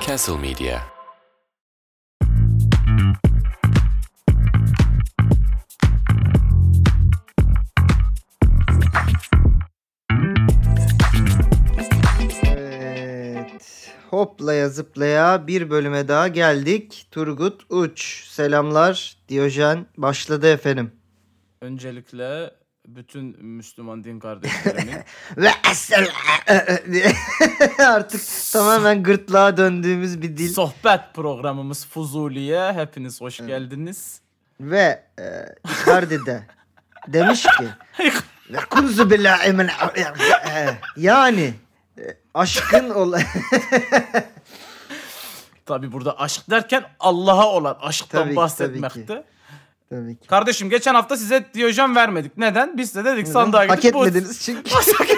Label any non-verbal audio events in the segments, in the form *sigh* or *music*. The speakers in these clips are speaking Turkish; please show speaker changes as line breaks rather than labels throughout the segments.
Castle Media.
Evet. Hoplaya zıplaya bir bölüme daha geldik. Turgut Uç. Selamlar. Diyojen başladı efendim.
Öncelikle bütün
*laughs*
Müslüman din kardeşlerimin
Ve esselam- e, diye. *laughs* Artık tamamen gırtlağa döndüğümüz bir dil.
sohbet programımız Fuzuli'ye hepiniz hoş geldiniz.
Ve e, Icardi'de demiş
*laughs*
ki "Ve kunzu billahi min- e, yani e, aşkın ol *laughs*
Tabi burada aşk derken Allah'a olan aşktan
Tabii ki,
bahsetmekti.
tabii tabii ki.
Kardeşim geçen hafta size diyojen vermedik. Neden? Biz de dedik sandığa gidip
Hak etmediniz çünkü
*laughs* Bu,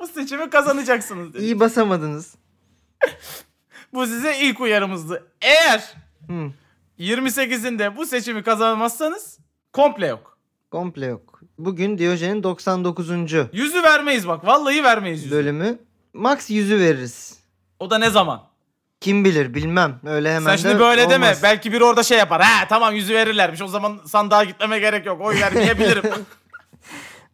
bu seçimi kazanacaksınız dedik.
iyi basamadınız.
Bu size ilk uyarımızdı. Eğer
Hı.
28'inde bu seçimi kazanmazsanız komple yok.
Komple yok. Bugün Diyojen'in 99.
Yüzü vermeyiz bak. Vallahi vermeyiz yüzü.
bölümü. Max 100'ü veririz.
O da ne zaman?
Kim bilir bilmem. Öyle hemen
Sen şimdi
de
böyle deme.
olmaz.
Belki biri orada şey yapar. Ha tamam yüzü verirlermiş. O zaman sandığa gitmeme gerek yok.
*laughs*
Oy vermeyebilirim.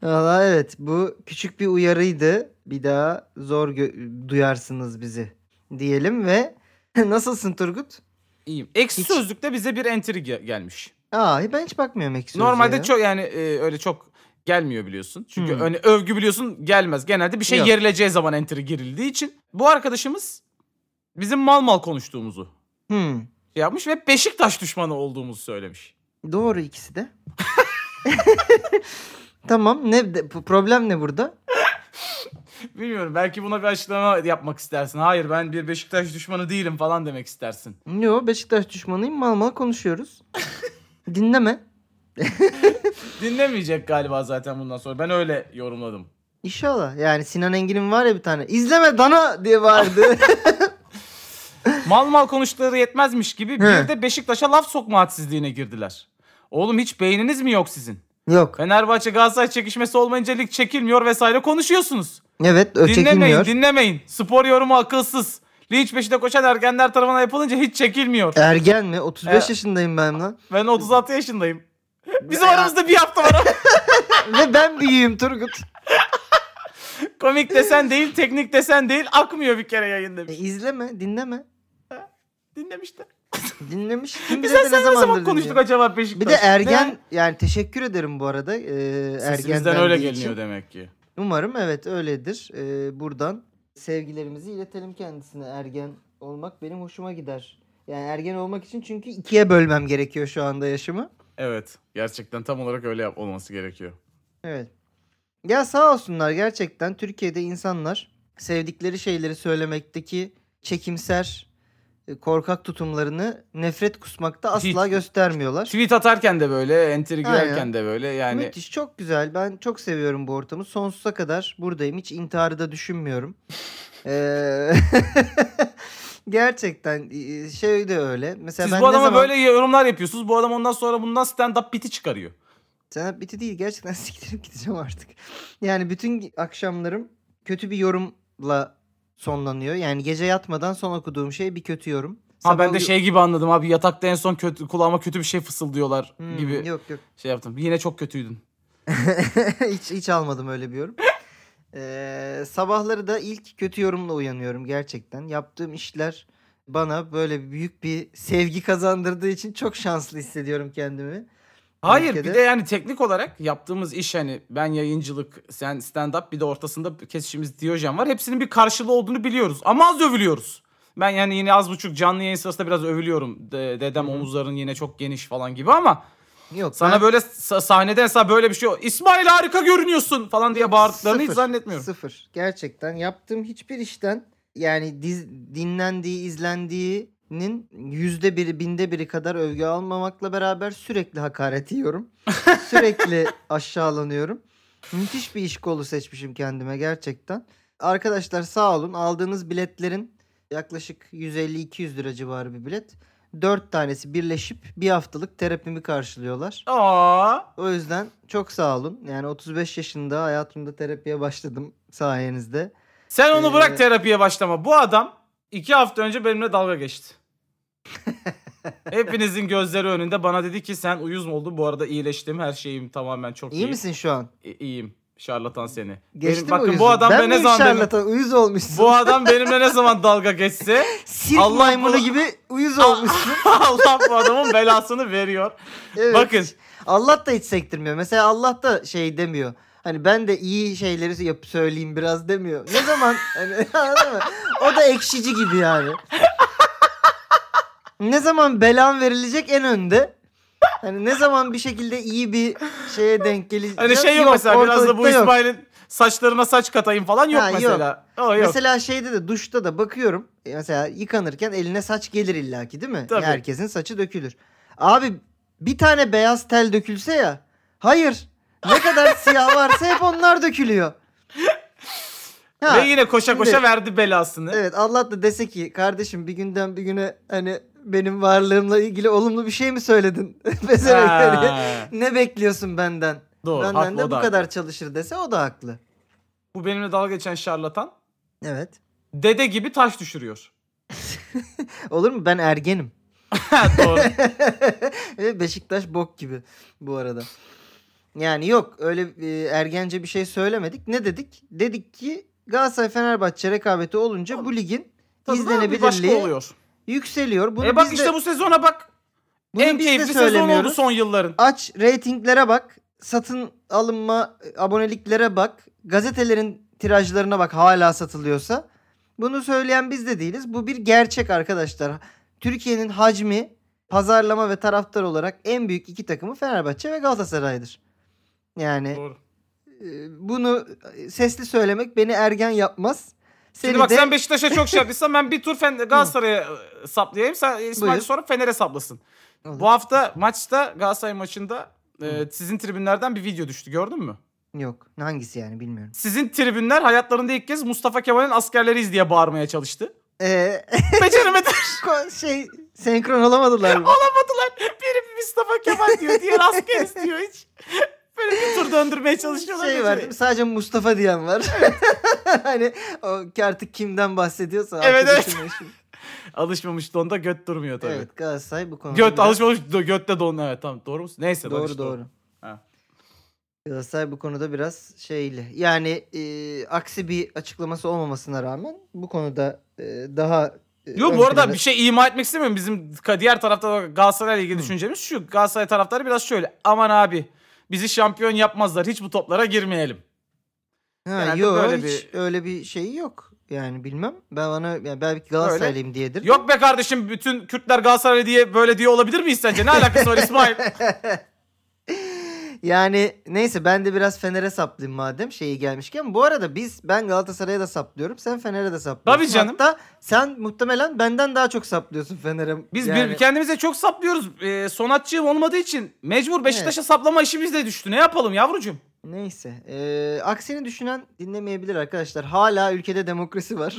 Valla evet bu küçük bir uyarıydı. Bir daha zor gö- duyarsınız bizi diyelim ve *laughs* nasılsın Turgut?
İyiyim. Eksi
Hiç.
sözlükte bize bir entry ge- gelmiş.
Aa ben hiç bakmıyorum eksi
Normalde
sözlüğe.
çok yani e, öyle çok gelmiyor biliyorsun. Çünkü
Hmm.
hani övgü biliyorsun gelmez. Genelde bir şey
Yok.
gerileceği zaman entry girildiği için. Bu arkadaşımız bizim mal mal konuştuğumuzu
Hmm,
şey yapmış ve Beşiktaş düşmanı olduğumuzu söylemiş.
Doğru ikisi de. *laughs* tamam ne de- bu problem ne burada?
Bilmiyorum belki buna bir açıklama yapmak istersin. Hayır ben bir Beşiktaş düşmanı değilim falan demek istersin.
Yo Beşiktaş düşmanıyım mal mal
*laughs*
konuşuyoruz. Dinleme.
Dinlemeyecek galiba zaten bundan sonra. Ben öyle yorumladım.
İnşallah. Yani Sinan Engin'in var ya bir tane. İzleme dana diye
*laughs*
vardı.
Mal mal konuştukları yetmezmiş gibi bir
He.
de Beşiktaş'a laf sokma hadsizliğine girdiler. Oğlum hiç beyniniz mi yok sizin?
Yok.
Fenerbahçe Galatasaray çekişmesi olmayınca lig çekilmiyor vesaire konuşuyorsunuz.
Evet o
dinlemeyin
çekilmiyor.
dinlemeyin. Spor yorumu akılsız. Linç peşinde koşan ergenler tarafından yapılınca hiç çekilmiyor.
Ergen mi? 35
Evet.
yaşındayım ben lan.
Ben 36 yaşındayım. Bizim
Ya.
aramızda bir hafta var. *laughs*
Ve ben büyüğüm Turgut.
Komik desen değil, teknik desen değil. Akmıyor bir kere yayın
E,
demiş.
izleme, dinleme.
Dinlemişler.
Dinlemiş. Kim
E, Biz
bilir
sen ne
zamandır
zaman
dinliyor.
konuştuk acaba Beşiktaş?
Bir de ergen yani teşekkür ederim bu arada. E,
Sesimizden
dendiği
öyle
için.
geliniyor demek ki.
Umarım evet öyledir. E, buradan sevgilerimizi iletelim kendisine. Ergen olmak benim hoşuma gider. Yani ergen olmak için çünkü ikiye bölmem gerekiyor şu anda yaşımı.
Evet. Gerçekten tam olarak öyle yap- olması gerekiyor.
Evet. Ya sağ olsunlar gerçekten Türkiye'de insanlar sevdikleri şeyleri söylemekteki çekimser e, korkak tutumlarını nefret kusmakta
Hiç-
asla göstermiyorlar.
Tweet atarken de böyle, enteri
Aynen.
girerken de böyle yani.
Müthiş çok güzel ben çok seviyorum bu ortamı sonsuza kadar buradayım hiç intiharı da
*laughs*
düşünmüyorum. Ee, *laughs* gerçekten e, şey de öyle. Mesela
Siz
ben
bu
ne
adama
zaman...
böyle yorumlar yapıyorsunuz. Bu adam ondan sonra bundan stand-up biti çıkarıyor.
Sana biti değil gerçekten *laughs* siktirip gideceğim artık. Yani bütün akşamlarım kötü bir yorumla sonlanıyor. Yani gece yatmadan son okuduğum şey bir kötü yorum.
Ha ben
Sabah
de
uyu-
şey gibi anladım abi yatakta en son kötü kulağıma kötü bir şey fısıldıyorlar
Hmm,
gibi
Yok *laughs* yok.
şey yaptım. Yine çok kötüydün.
hiç, hiç almadım öyle bir yorum. Ee, sabahları da ilk kötü yorumla uyanıyorum gerçekten. Yaptığım işler bana böyle büyük bir sevgi kazandırdığı için çok şanslı hissediyorum kendimi.
Hayır
Ülkede-
bir de yani teknik olarak yaptığımız iş hani ben yayıncılık sen stand-up bir de ortasında kesişimiz Diyojen var. Hepsinin bir karşılığı olduğunu biliyoruz ama az övülüyoruz. Ben yani yine az buçuk canlı yayın sırasında biraz övülüyorum. De- dedem omuzların yine çok geniş falan gibi ama
Yok
sana
ben
böyle sa- sahnede mesela böyle bir şey İsmail harika görünüyorsun falan diye bağırdıklarını hiç
Sıfır,
zannetmiyorum.
Sıfır. Gerçekten yaptığım hiçbir işten yani diz, dinlendiği, izlendiğinin yüzde biri, binde biri kadar övgü almamakla beraber sürekli hakaret
*laughs*
yiyorum. sürekli aşağılanıyorum. Müthiş bir iş kolu seçmişim kendime gerçekten. Arkadaşlar sağ olun aldığınız biletlerin yaklaşık 150-200 lira civarı bir bilet. Dört tanesi birleşip bir haftalık terapimi karşılıyorlar.
Aa.
O yüzden çok sağ olun. Yani 35 yaşında hayatımda terapiye başladım sayenizde.
Sen onu
Ee,
bırak terapiye başlama. Bu adam iki hafta önce benimle
*laughs*
dalga geçti. Hepinizin gözleri önünde bana dedi ki sen uyuz mu oldun? Bu arada iyileştim. Her şeyim tamamen çok iyi.
İyi misin şu an?
İ- iyiyim. Şarlatan seni.
Geçti mi
Benim- bakın
uyuzun?
bu adam
ben
ben ne
miyim
zaman benim-
şarlatan? Uyuz olmuşsun.
bu adam benimle ne zaman
*laughs*
dalga geçse
Sirk
Allah
maymunu
bu-
gibi uyuz
Ah,
olmuşsun.
Allah bu adamın belasını veriyor.
Evet.
Bakın
Allah da hiç sektirmiyor. Mesela Allah da şey demiyor. Hani ben de iyi şeyleri yap söyleyeyim biraz demiyor. Ne
*laughs*
zaman hani anladın mı? O da ekşici gibi yani. Ne zaman belan verilecek en önde. Hani ne zaman bir şekilde iyi bir şeye denk gelecek.
hani şey yok, mesela biraz da bu
ortalıkta yok.
İsmail'in saçlarına saç katayım falan yok
Ha, yok.
mesela. O yok.
Mesela şeyde de duşta da bakıyorum. E, Mesela yıkanırken eline saç gelir illaki değil mi?
Tabii.
Herkesin saçı dökülür. Abi bir tane beyaz tel dökülse ya. Hayır. Ne
*laughs*
kadar siyah varsa hep onlar dökülüyor. Ha,
Ve yine koşa
şimdi-
koşa verdi belasını.
Evet Allah da dese ki kardeşim bir günden bir güne hani benim varlığımla ilgili olumlu bir şey mi söyledin? *laughs* Mesela yani,
Ha,
ne bekliyorsun benden?
Doğru.
benden
haklı,
de
o
bu
da
kadar
haklı.
çalışır dese o da haklı.
Bu benimle dalga geçen şarlatan
Evet.
dede gibi
*laughs*
taş düşürüyor.
Olur mu? Ben ergenim.
Doğru.
Ve Beşiktaş bok gibi bu arada. Yani yok öyle e, ergence bir şey söylemedik. Ne dedik? Dedik ki Galatasaray Fenerbahçe rekabeti olunca bu ligin
Tadı da bir başka
izlenebilirliği
oluyor.
yükseliyor. Bunu
e bak
biz
işte
de,
bu sezona bak.
bunu
en
biz de
keyifli sezon oldu
söylemiyoruz.
son yılların.
Aç reytinglere bak. Satın alınma e, aboneliklere bak. Gazetelerin tirajlarına bak hala satılıyorsa. Bunu söyleyen biz de değiliz. Bu bir gerçek arkadaşlar. Türkiye'nin hacmi pazarlama ve taraftar olarak en büyük iki takımı Fenerbahçe ve Galatasaray'dır. Yani
Doğru.
e, bunu e, sesli söylemek beni ergen yapmaz. Seni
Şimdi bak
de
sen Beşiktaş'a
*laughs*
çok şey yaptıysan ben bir tur Fen- Galatasaray'a e, saplayayım. Sen İsmail
Buyur.
sonra Fener'e saplasın.
Olur.
Bu hafta maçta Galatasaray maçında e, sizin tribünlerden bir video düştü gördün mü?
yok. Hangisi yani bilmiyorum.
Sizin tribünler hayatlarında ilk kez Mustafa Kemal'in askerleriyiz diye
*laughs*
bağırmaya çalıştı.
Ee,
Beceremedi.
ko- şey senkron olamadılar mı?
Olamadılar. Biri Mustafa Kemal diyor,
*laughs*
diğer askeriz diyor hiç. Böyle bir tur döndürmeye çalışıyorlar.
şey var değil mi? Sadece Mustafa diyen var. *laughs* hani o ki artık kimden bahsediyorsa.
Evet,
arkadaşın eşi.
Alışmamış donda göt durmuyor *laughs* tabii.
evet Galatasaray bu konuda.
Göt
biraz-
alışmamış do- götte don evet tamam doğru musun? Neyse
Doğru
barış,
doğru.
Ha.
Galatasaray bu konuda biraz şeyli. Yani e, aksi bir açıklaması olmamasına rağmen bu konuda e, daha e,
Yok
ön
bu arada
plana-
bir şey ima etmek istemiyorum. Bizim ka- diğer tarafta Galatasaray'la ilgili düşüncemiz şu. Galatasaray taraftarı biraz şöyle. Aman abi bizi şampiyon yapmazlar. Hiç bu toplara girmeyelim.
ha,
şey genelde
yok,
böyle
hiç
bir-
öyle bir şey yok. Yani bilmem. Ben bana yani belki Galatasaraylıyım diyedir.
Yok be kardeşim bütün Kürtler Galatasaray diye böyle diyor olabilir miyiz sence? Ne alakası var İsmail?
Yani neyse ben de biraz Fener'e saplayayım madem şeyi gelmişken. Bu arada biz ben Galatasaray'a da saplıyorum. Sen Fener'e de saplıyorsun.
Tabii canım.
Hatta sen muhtemelen benden daha çok saplıyorsun Fener'e.
Biz
Yani
bir, kendimize çok saplıyoruz. Ee, sonatçığım olmadığı için mecbur Beşiktaş'a saplama işimiz de düştü. Ne yapalım yavrucuğum?
Neyse. Ee, aksini düşünen dinlemeyebilir arkadaşlar. Hala ülkede demokrasi var.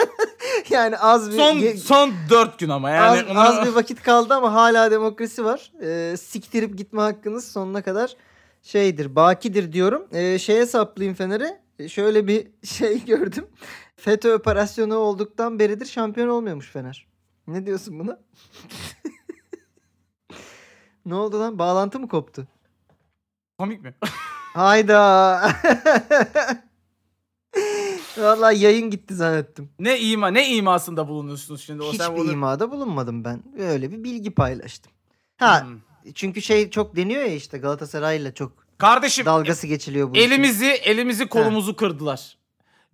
*laughs* yani az bir...
Son
ge-
son 4 gün ama yani.
az,
onu-
az bir vakit kaldı ama hala demokrasi var. Ee, siktirip gitme hakkınız sonuna kadar şeydir, bakidir diyorum. Ee, şeye saplayayım Fener'e. Ee, Şöyle bir *laughs* şey gördüm. FETÖ operasyonu olduktan beridir şampiyon olmuyormuş Fener. Ne diyorsun buna? *laughs* ne oldu lan? Bağlantı mı koptu?
Komik mi? *laughs*
Hayda. *laughs* Vallahi yayın gitti zannettim.
ne ima ne imasında bulunuyorsunuz şimdi? O sen
Hiçbir
bunu-
imada bulunmadım ben. Öyle bir bilgi paylaştım. Ha
Hmm.
Çünkü şey çok deniyor ya işte Galatasaray'la çok
Kardeşim
dalgası geçiliyor bu. işin.
elimizi elimizi kolumuzu kırdılar.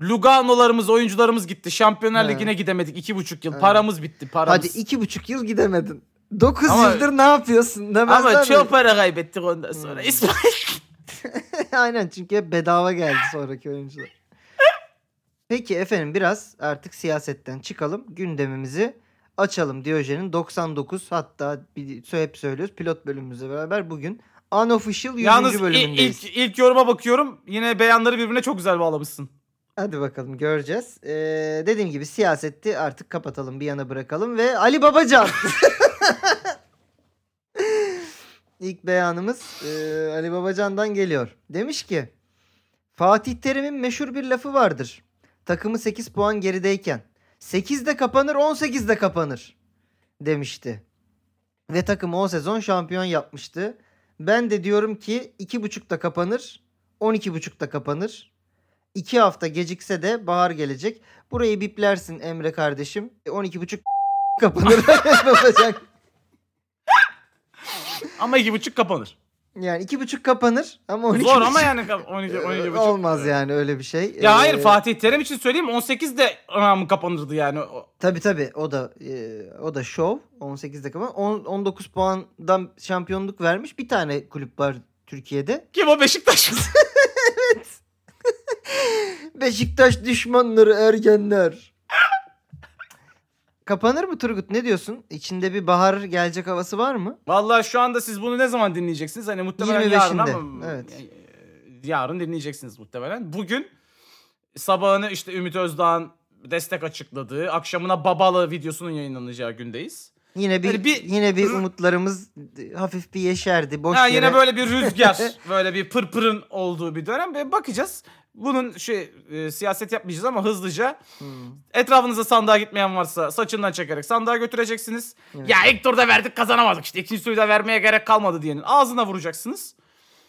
Lugano'larımız, oyuncularımız gitti. Şampiyonlar
He.
Ligi'ne gidemedik iki buçuk yıl.
He.
Paramız bitti, paramız.
Hadi iki buçuk yıl gidemedin. Dokuz
Ama-
yıldır ne yapıyorsun demezler
Ama
mi?
çok para kaybettik ondan sonra.
Hmm.
İsmail.
*laughs* Aynen çünkü hep bedava geldi sonraki oyuncular. Peki efendim biraz artık siyasetten çıkalım. Gündemimizi açalım. Diyojen'in 99 hatta bir, hep söylüyoruz pilot bölümümüzle beraber bugün unofficial 100.
Yalnız i-
bölümündeyiz.
ilk, ilk yoruma bakıyorum. Yine beyanları birbirine çok güzel bağlamışsın.
Hadi bakalım göreceğiz. Ee, dediğim gibi siyaseti artık kapatalım bir yana bırakalım ve Ali Babacan. *laughs* İlk beyanımız e, Ali Babacan'dan geliyor. Demiş ki Fatih Terim'in meşhur bir lafı vardır. takımı 8 puan gerideyken 8'de kapanır 18'de kapanır demişti. Ve takımı o sezon şampiyon yapmıştı. Ben de diyorum ki 2.5'da kapanır 12.30'da kapanır. 2 hafta gecikse de bahar gelecek. Burayı biplersin Emre kardeşim. E, 12.30 *laughs* kapanır. *laughs* Yapacak.
Ama iki buçuk kapanır.
yani 2.30 kapanır ama 12
Zor ama yani kap- 12, 12 buçuk.
olmaz yani öyle bir şey.
Ya hayır
Ee,
Fatih Terim için söyleyeyim 18 de anamı kapanırdı yani. O-
Tabii tabii o da e, o da şov 18 dakika 10, 19 puandan şampiyonluk vermiş bir tane kulüp var Türkiye'de.
Kim o Beşiktaş mı?
Beşiktaş düşmanları ergenler. Kapanır mı Turgut ne diyorsun? İçinde bir bahar gelecek havası var mı?
Vallahi şu anda siz bunu ne zaman dinleyeceksiniz? Hani muhtemelen yarın
25'inde,
ama
evet.
e, yarın dinleyeceksiniz muhtemelen. Bugün sabahını işte Ümit Özdağ'ın destek açıkladığı, akşamına Babalı videosunun yayınlanacağı gündeyiz.
Yine bir,
Hani bir-
yine bir umutlarımız e, hafif bir yeşerdi. Boş
Ha,
yere.
yine böyle bir rüzgar, böyle bir pırpırın olduğu bir dönem ve bakacağız. Bunun şey e, siyaset yapmayacağız ama hızlıca
Hmm.
etrafınıza sandığa gitmeyen varsa saçından çekerek sandığa götüreceksiniz.
Evet.
Ya ilk turda verdik kazanamadık işte ikinci turda vermeye gerek kalmadı diyenin ağzına vuracaksınız.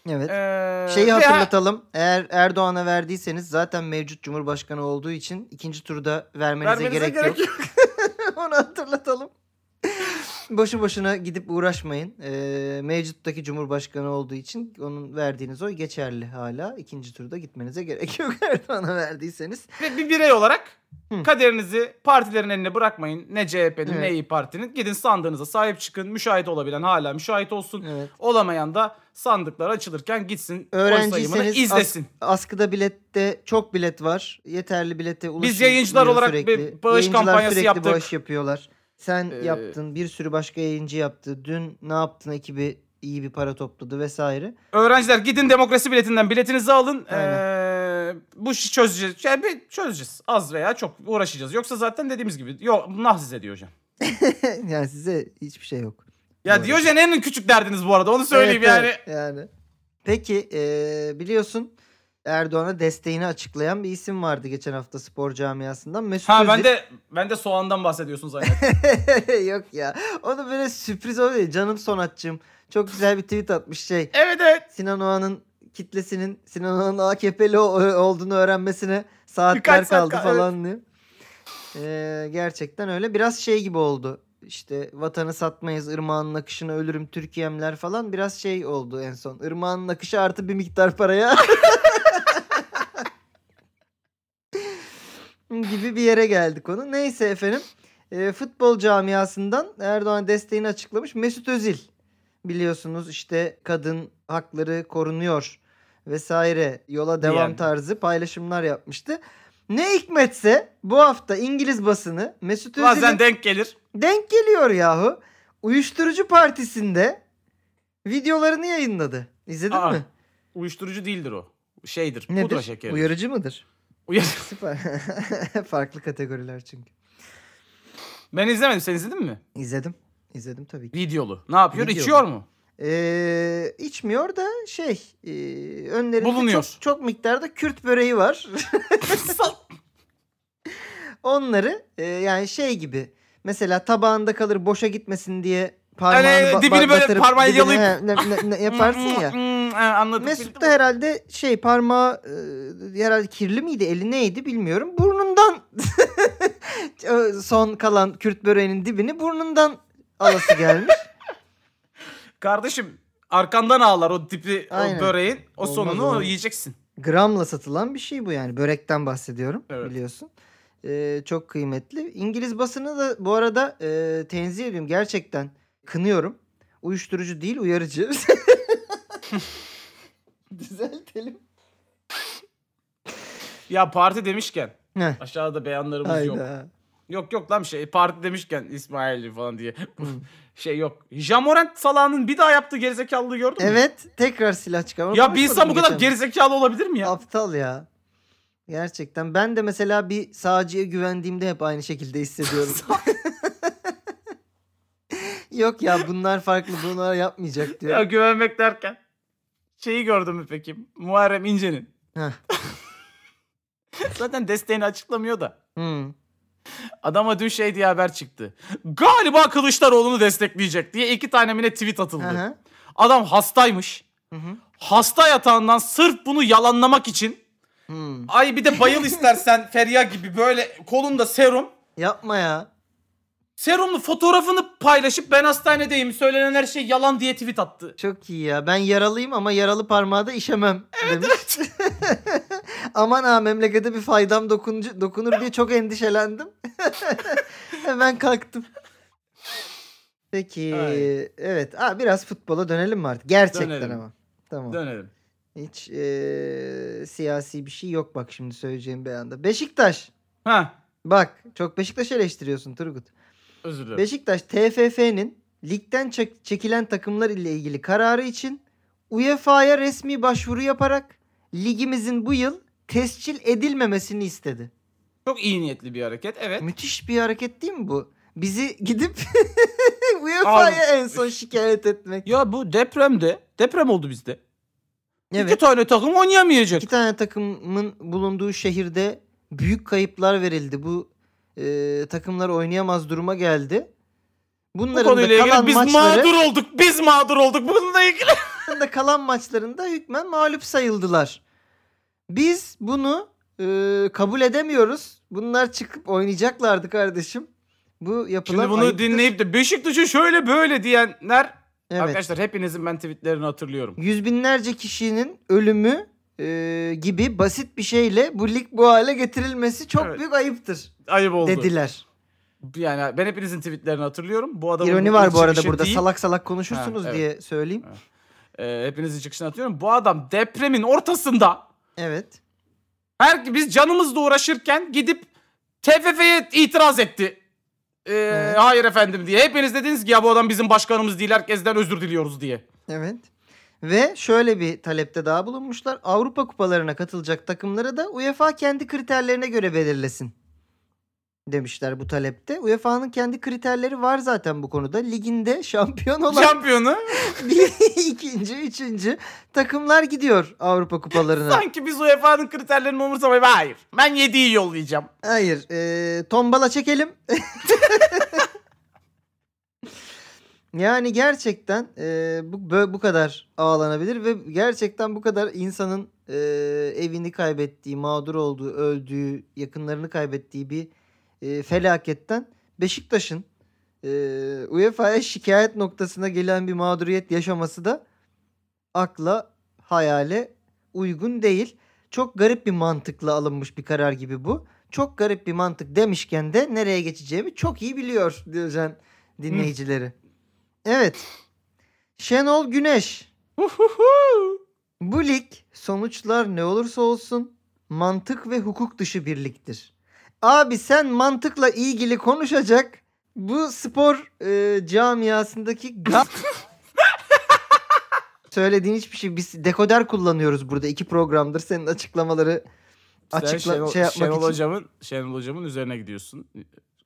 Evet.
Ee,
Şeyi
ve-
hatırlatalım. Eğer Erdoğan'a verdiyseniz zaten mevcut Cumhurbaşkanı olduğu için ikinci turda vermenize,
Vermenize
gerek,
gerek
yok. *laughs* Onu hatırlatalım. Boşu boşuna gidip uğraşmayın. Ee, mevcuttaki Cumhurbaşkanı olduğu için onun verdiğiniz oy geçerli hala. İkinci turda gitmenize gerek *laughs* yok Erdoğan'a verdiyseniz.
Ve bir birey olarak
Hı.
kaderinizi partilerin eline bırakmayın. Ne CHP'nin ne
Evet.
İYİ Parti'nin. Gidin sandığınıza sahip çıkın. Müşahit olabilen hala müşahit olsun.
Evet.
Olamayan da sandıklar açılırken gitsin oy sayımını
Öğrenciyseniz
izlesin.
as- askıda bilette çok bilet var. Yeterli bilete ulaşılmıyor
yayıncılar olarak bir bağış
Yayıncılar
kampanyası
sürekli
yaptık.
bağış yapıyorlar. Sen
Ee,
yaptın, bir sürü başka yayıncı yaptı. Dün ne yaptın ekibi iyi bir para topladı vesaire. *laughs*
Öğrenciler gidin demokrasi biletinden biletinizi alın.
Aynen.
Ee, bu işi çözeceğiz. Yani bir çözeceğiz. Az veya çok uğraşacağız. Yoksa zaten dediğimiz gibi yok nah size Diyojen.
yani size hiçbir şey yok. Bu
Ya
arada.
Diyojen en küçük derdiniz bu arada. Onu söyleyeyim
Evet,
yani.
evet, yani. Peki ee, biliyorsun Erdoğan'a desteğini açıklayan bir isim vardı geçen hafta spor camiasından. Mesut
Ha
Özil.
ben de ben de soğandan bahsediyorsun
*laughs*
zannettim.
Yok ya. Onu böyle sürpriz oluyor. Canım sonatçım. Çok güzel bir tweet atmış şey.
evet evet.
Sinan Oğan'ın kitlesinin Sinan Oğan'ın AKP'li o- olduğunu öğrenmesine saatler
Birkaç saat
kaldı
kal-
falan diyor. Ee, gerçekten öyle. Biraz şey gibi oldu. İşte vatanı satmayız, ırmağın akışına ölürüm Türkiye'mler falan biraz şey oldu en son. Irmağın akışı artı bir miktar paraya. *laughs* gibi bir yere geldi konu. Neyse efendim. Ee, futbol camiasından Erdoğan desteğini açıklamış. Mesut Özil biliyorsunuz işte kadın hakları korunuyor vesaire yola devam
Diyen.
tarzı paylaşımlar yapmıştı. Ne hikmetse bu hafta İngiliz basını Mesut Özil'in
Bazen denk gelir.
denk geliyor yahu. Uyuşturucu partisinde videolarını yayınladı. İzledin
Aa,
mi?
Uyuşturucu değildir o. Şeydir. Pudra
Nedir?
şekeri.
Uyarıcı mıdır?
*laughs* Uyar-
Süper. *laughs* Farklı kategoriler çünkü.
ben izlemedim. Sen izledin mi?
İzledim. İzledim tabii ki.
Videolu. Ne yapıyor?
Videolu.
İçiyor mu?
Ee, içmiyor da şey e, önlerinde
Bulunuyor.
Çok, çok miktarda Kürt böreği var. *laughs* Onları e, yani şey gibi mesela tabağında kalır boşa gitmesin diye parmağını
Hani
ba- ba-
dibini böyle
batırıp
parmağıyla
dibini-
yalayıp-
he, ne- ne- ne yaparsın
*laughs*
ya.
Hmm, hmm, ha, Anladım.
Mesut da herhalde şey parmağı e, herhalde kirli miydi eli neydi bilmiyorum. Burnundan *laughs* o son kalan Kürt böreğinin dibini burnundan alası gelmiş.
Kardeşim arkandan ağlar o dipi
Aynen.
o böreğin. O
Olmaz,
sonunu
olmaz.
yiyeceksin.
Gramla satılan bir şey bu yani börekten bahsediyorum
Evet.
biliyorsun. E, çok kıymetli. İngiliz basını da bu arada e, tenzih ediyorum gerçekten kınıyorum. Uyuşturucu değil uyarıcı. *laughs* Düzeltelim.
Ya parti demişken
Heh,
aşağıda beyanlarımız yok.
Hayda.
Yok yok lan bir şey parti demişken İsmail'i falan diye
Hmm.
*laughs* şey yok. Jamorant salağının bir daha yaptığı gerizekalılığı gördün mü?
Evet tekrar silah çıkar.
Ya bir insan bu kadar
geri
gerizekalı olabilir mi ya?
Aptal ya. Gerçekten. Ben de mesela bir sağcıya güvendiğimde hep aynı şekilde
*laughs*
hissediyorum. Yok ya bunlar farklı bunlar yapmayacak
Ya
diyor.
güvenmek derken şeyi gördün mü peki? Muharrem İnce'nin.
Heh.
Zaten desteğini açıklamıyor da.
Hmm.
Adama dün şey diye haber çıktı. Galiba Kılıçdaroğlu'nu destekleyecek diye iki tane mi ne tweet atıldı.
Aha.
Adam hastaymış.
Hı hı.
Hasta yatağından sırf bunu yalanlamak için
Hmm.
ay bir de
*laughs*
bayıl istersen Feriha gibi böyle kolunda serum.
Yapma ya.
Serumlu fotoğrafını paylaşıp ben hastanedeyim söylenen her şey yalan diye tweet attı.
Çok iyi ya. Ben yaralıyım ama yaralı parmağı da işemem demiş. *laughs* Aman ha memlekete bir faydam dokuncu, dokunur diye çok endişelendim. *laughs* Hemen kalktım. Peki.
Ay.
Evet. Aa, biraz futbola dönelim mi artık? Gerçekten
Dönelim.
ama. Tamam.
Dönelim.
Hiç eee, siyasi bir şey yok bak şimdi söyleyeceğim bir anda. Beşiktaş.
Ha,
Bak çok Beşiktaş eleştiriyorsun Turgut.
özür dilerim.
Beşiktaş TFF'nin ligden çek- çekilen takımlar ile ilgili kararı için UEFA'ya resmi başvuru yaparak ligimizin bu yıl tescil edilmemesini istedi.
Çok iyi niyetli bir hareket. Evet.
Müthiş bir hareket değil mi bu? Bizi gidip *laughs* UEFA'ya en son şikayet etmek.
Ya bu depremde, deprem oldu bizde. İki
Evet.
tane takım oynayamayacak.
İki tane takımın bulunduğu şehirde büyük kayıplar verildi. Bu e, takımlar oynayamaz duruma geldi.
Bu
Bunların
konuyla
da kalan
ilgili biz
maçları...
mağdur olduk. Biz mağdur olduk. Bununla ilgili.
da kalan maçlarında hükmen mağlup sayıldılar. Biz bunu e, kabul edemiyoruz. Bunlar çıkıp oynayacaklardı kardeşim. Bu yapılan
Şimdi bunu
ayıptır.
dinleyip de Beşiktaş'ı şöyle böyle diyenler
Evet.
arkadaşlar hepinizin ben tweetlerini hatırlıyorum.
Yüz binlerce kişinin ölümü e, gibi basit bir şeyle bu lig bu hale getirilmesi çok
Evet.
büyük ayıptır
Ayıp oldu.
dediler.
Yani ben hepinizin tweetlerini hatırlıyorum. Bu adamın
İroni var bu
çıkışı
arada burada.
değil.
Salak salak konuşursunuz
Ha, evet.
diye söyleyeyim.
Evet. Ee, hepinizin çıkışını atıyorum. Bu adam depremin ortasında
Evet.
her biz canımızla uğraşırken gidip TFF'ye itiraz etti. Ee,
Evet.
Hayır efendim diye. Hepiniz dediniz ki ya bu adam bizim başkanımız değil herkesten özür diliyoruz diye.
Evet. Ve şöyle bir talepte daha bulunmuşlar. Avrupa kupalarına katılacak takımları da UEFA kendi kriterlerine göre belirlesin. Demişler bu talepte. UEFA'nın kendi kriterleri var zaten bu konuda. Liginde *laughs* şampiyon olan
Şampiyonu *laughs*
bir, ikinci, üçüncü takımlar gidiyor Avrupa kupalarına.
sanki biz UEFA'nın kriterlerini umursamayız. Hayır ben 7'yi
*laughs*
yollayacağım.
Hayır. eee, tombala çekelim. yani gerçekten eee, bu, bö- bu kadar ağlanabilir ve gerçekten bu kadar insanın eee, evini kaybettiği, mağdur olduğu, öldüğü, yakınlarını kaybettiği bir eee, felaketten Beşiktaş'ın e, eee UEFA'ya şikayet noktasına gelen bir mağduriyet yaşaması da akla, hayale uygun değil. Çok garip bir mantıkla alınmış bir karar gibi bu çok garip bir mantık demişken de nereye geçeceğimi çok iyi biliyor Diyojen dinleyicileri. Evet. Şenol Güneş.
Uhuhu.
Bu lig sonuçlar ne olursa olsun mantık ve hukuk dışı bir ligdir. Abi sen mantıkla ilgili konuşacak bu spor e, camiasındaki
*laughs*
ga- söylediğin hiçbir şey biz dekoder kullanıyoruz burada iki programdır senin açıklamaları
Sen
açıkla
Şenol,
şey yapmak
Şenol
için.
Hocam'ın, Şenol Hocam'ın üzerine gidiyorsun.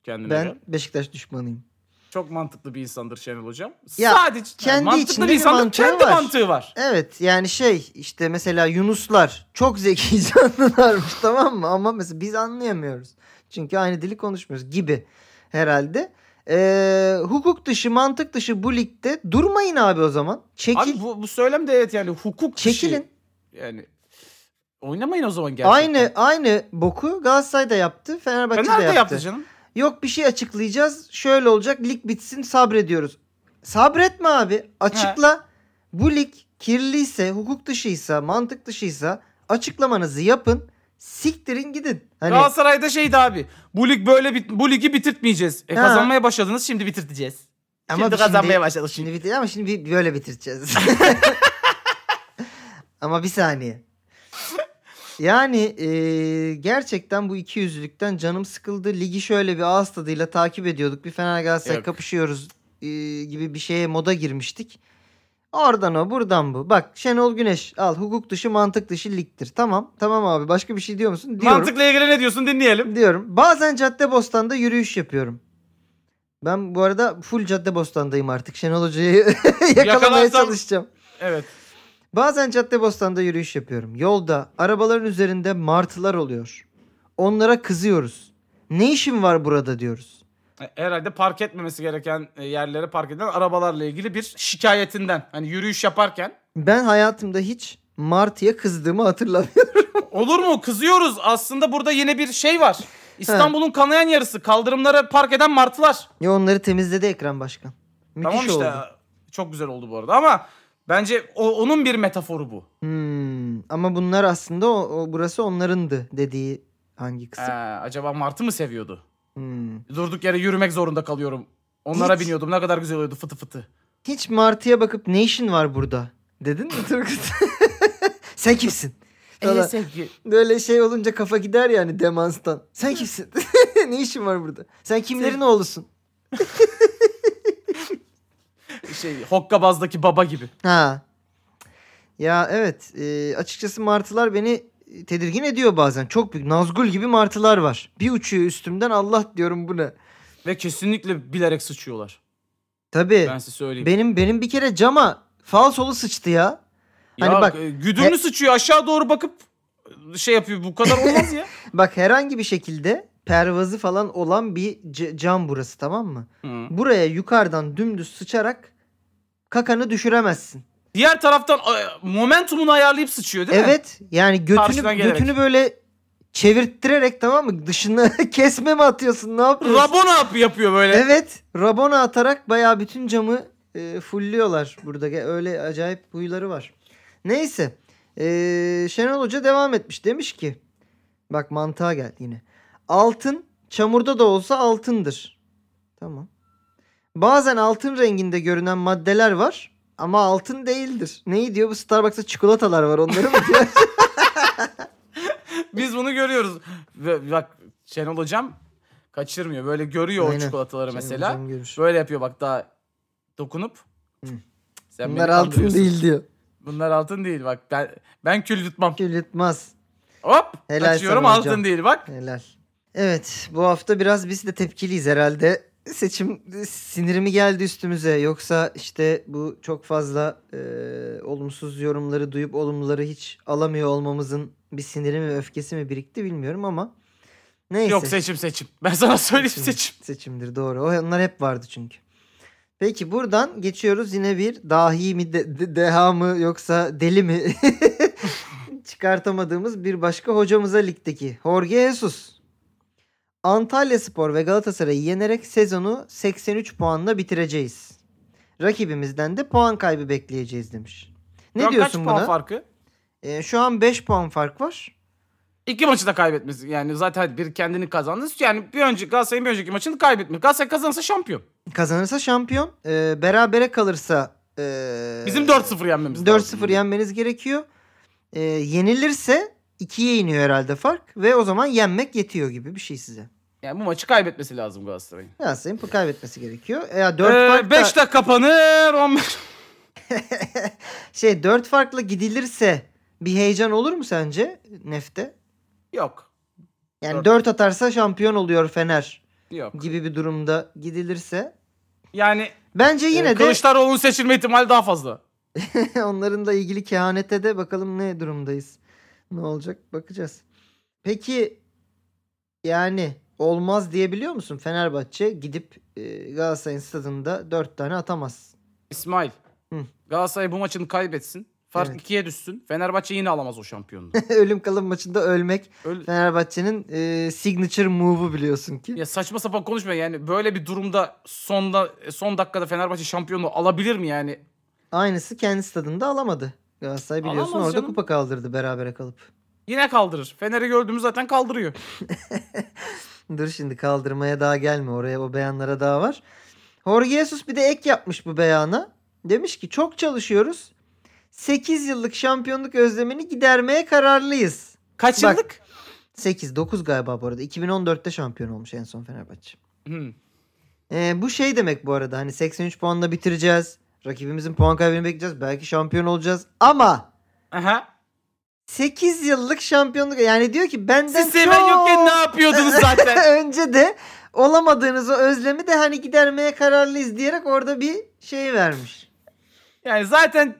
Kendine
ben
göre.
Beşiktaş düşmanıyım.
Çok mantıklı bir insandır Şenol Hocam.
Ya,
Sadece
kendi
yani mantıklı
içinde
bir
bir
insandır.
mantığı
Kendi
var.
mantığı var.
Evet yani şey işte mesela Yunuslar çok zeki *laughs* canlılarmış tamam mı? Ama mesela biz anlayamıyoruz. Çünkü aynı dili konuşmuyoruz gibi herhalde. Ee, hukuk dışı mantık dışı bu ligde durmayın abi o zaman. Çekil,
Abi bu, bu söylem de evet yani hukuk dışı.
çekilin.
Yani oynamayın o zaman gerçekten.
Aynı aynı boku Galatasaray da yaptı, Fenerbahçe
Fener
de
de
yaptı.
yaptı canım.
Yok bir şey açıklayacağız. Şöyle olacak. Lig bitsin sabrediyoruz. Sabretme abi. Açıkla. Bu lig kirliyse, hukuk dışıysa, mantık dışıysa açıklamanızı yapın. Siktirin gidin. Hani
Galatasaray'da şeydi abi. Bu lig böyle bit- bu ligi bitirtmeyeceğiz. E,
Ha.
kazanmaya başladınız şimdi bitirteceğiz.
ama
şimdi
bir
kazanmaya başladık
Şimdi bitir ama şimdi bir- böyle
*laughs*
bitireceğiz. ama bir saniye. Yani e, gerçekten bu iki yüzlülükten canım sıkıldı. Ligi şöyle bir ağız tadıyla takip ediyorduk. Bir Fener Galatasaray
Yok.
kapışıyoruz e, gibi bir şeye moda girmiştik. Oradan o buradan bu. Bak Şenol Güneş al hukuk dışı mantık dışı ligdir. Tamam tamam abi başka bir şey diyor musun? Diyorum.
Mantıkla ilgili ne diyorsun dinleyelim.
Diyorum. Bazen Caddebostan'da yürüyüş yapıyorum. Ben bu arada full Caddebostan'dayım artık. Şenol Hoca'yı *laughs* yakalamaya
Yakalarsan-
çalışacağım.
Evet.
Bazen Caddebostan'da yürüyüş yapıyorum. Yolda, arabaların üzerinde martılar oluyor. Onlara kızıyoruz. Ne işin var burada diyoruz.
E, Herhalde park etmemesi gereken e, yerlere park edilen arabalarla ilgili bir şikayetinden. Hani yürüyüş yaparken.
Ben hayatımda hiç Martı'ya kızdığımı hatırlamıyorum.
Olur mu? Kızıyoruz. Aslında burada yine bir şey var. İstanbul'un kanayan yarısı. Kaldırımlara park eden martılar.
ya onları temizledi Ekrem Başkan. Müthiş
tamam işte.
oldu.
Çok güzel oldu bu arada ama bence o, onun bir metaforu bu.
Hmm, ama bunlar aslında o, o- burası onlarındı dediği hangi
Ee,
kısım?
acaba martı mı seviyordu?
Hmm.
Durduk yere yürümek zorunda kalıyorum. Onlara
Hiç.
biniyordum. Ne kadar güzel oluyordu fıtı fıtı.
Hiç Martı'ya bakıp ne işin var burada? Dedin mi Turgut? *laughs* Sen kimsin? Falan.
Ee, sevgi.
Böyle şey olunca kafa gider yani demanstan. Sen kimsin? *laughs* ne işin var burada? Sen kimlerin
Sen-
oğlusun?
Şey, Hokkabaz'daki baba gibi.
Ha. Ya evet. e, açıkçası martılar beni tedirgin ediyor bazen. Çok büyük. Nazgul gibi martılar var. Bir uçuyor üstümden Allah diyorum bu ne?
Ve kesinlikle bilerek sıçıyorlar.
Tabii.
Ben size söyleyeyim.
Benim benim bir kere cama falsolu sıçtı ya.
Ya
Hani
bak
bak-
güdümlü
He-
sıçıyor aşağı doğru bakıp e, şey yapıyor. Bu kadar
*laughs*
olmaz ya.
Bak herhangi bir şekilde pervazı falan olan bir c- cam burası tamam mı?
Hı.
Buraya yukarıdan dümdüz sıçarak kakanı düşüremezsin.
Diğer taraftan e, momentumunu ayarlayıp sıçıyor değil mi?
evet yani
Karşıdan
götünü
gelerek.
götünü böyle çevirttirerek tamam mı? Dışını *laughs* kesme mi atıyorsun ne yapıyorsun?
Rabona yap- yapıyor böyle.
evet rabona atarak bayağı bütün camı e, fulliyorlar burada. Ge- Öyle acayip huyları var. Neyse e, Şenol Hoca devam etmiş demiş ki bak mantığa gel yine. Altın çamurda da olsa altındır. Tamam. Bazen altın renginde görünen maddeler var ama altın değildir. Neyi diyor bu Starbucks'ta çikolatalar var onları mı diyor?
Biz bunu görüyoruz. Ve bak Şenol hocam kaçırmıyor. Böyle görüyor
Aynen.
o çikolataları
Şenol
*laughs* mesela.
Hocam görmüş.
Böyle yapıyor bak daha dokunup. Sen beni
Bunlar altın
kandırıyorsun.
değil diyor.
Bunlar altın değil bak ben ben kül yutmam.
Kül yutmaz.
Hop
Helal
kaçıyorum
sana
altın
hocam.
değil bak.
Helal. Evet bu hafta biraz biz de tepkiliyiz herhalde. Seçim sinirimi geldi üstümüze. Yoksa işte bu çok fazla e, olumsuz yorumları duyup olumluları hiç alamıyor olmamızın bir siniri mi öfkesi mi birikti bilmiyorum ama neyse.
Yok seçim seçim. Ben sana söyleyeyim
Seçim.
seçim.
Seçimdir doğru. O- Onlar hep vardı çünkü. Peki buradan geçiyoruz yine bir dahi mi de- de- deha mı yoksa deli mi *laughs* çıkartamadığımız bir başka hocamıza ligdeki Jorge Jesus. Antalya Spor ve Galatasaray'ı yenerek sezonu 83 puanla bitireceğiz. Rakibimizden de puan kaybı bekleyeceğiz demiş. Ne
Şu an
diyorsun
kaç
buna?
puan farkı?
Ee, şu an 5 puan fark var.
İki maçı da kaybetmesi. Yani zaten bir kendini kazandı. Yani bir önceki Galatasaray'ın bir önceki maçını kaybetmiyor. Galatasaray kazanırsa şampiyon.
Kazanırsa şampiyon, ee, berabere kalırsa ee,
Bizim 4-0 yenmemiz lazım.
4-0 yenmeniz gerekiyor. Ee, yenilirse 2'ye iniyor herhalde fark ve o zaman yenmek yetiyor gibi bir şey size.
Yani bu maçı kaybetmesi lazım Galatasaray'ın.
Galatasaray'ın bu kaybetmesi gerekiyor. Ya 4
Ee,
farkla
5 de kapanır. 15.
şey 4 farkla gidilirse bir heyecan olur mu sence Nef'te?
Yok.
Yani
Dört.
4 atarsa şampiyon oluyor Fener
Yok.
gibi bir durumda gidilirse
Yani
bence yine
e,
de
Kılıçdaroğlu'nun seçilme ihtimali daha fazla.
*laughs* Onların da ilgili kehanete de bakalım ne durumdayız. Ne olacak bakacağız. Peki yani olmaz diyebiliyor musun? Fenerbahçe gidip e, Galatasaray'ın stadında 4 tane atamaz. *laughs*
İsmail.
Hı.
Galatasaray bu maçını kaybetsin. Fark
Evet.
ikiye düşsün. Fenerbahçe yine alamaz
*laughs*
o şampiyonluğu.
Ölüm kalım maçında ölmek
Öyle-
Fenerbahçe'nin e, signature move'u biliyorsun ki.
ya saçma sapan konuşma yani böyle bir durumda sonda son dakikada Fenerbahçe şampiyonluğu alabilir mi yani?
Aynısı kendi stadında alamadı. Galatasaray biliyorsun
Alamaz
orada
canım.
kupa kaldırdı berabere kalıp.
Yine kaldırır. Fener'i gördüğümüz zaten kaldırıyor.
Dur şimdi kaldırmaya daha gelme oraya o beyanlara daha var. Jorge Jesus bir de ek yapmış bu beyana. Demiş ki çok çalışıyoruz. 8 yıllık şampiyonluk özlemini gidermeye kararlıyız.
Kaç
Bak.
yıllık?
8 9 galiba bu arada. 2014'te şampiyon olmuş en son Fenerbahçe.
Hı.
Ee, bu şey demek bu arada hani 83 puanla bitireceğiz. Rakibimizin puan kaybını bekleyeceğiz. Belki şampiyon olacağız ama
Aha.
8 yıllık şampiyonluk yani diyor ki benden
Siz hemen yokken ne yapıyordunuz
*laughs*
zaten?
önce de olamadığınız o özlemi de hani gidermeye kararlıyız diyerek orada bir şey vermiş.
Yani zaten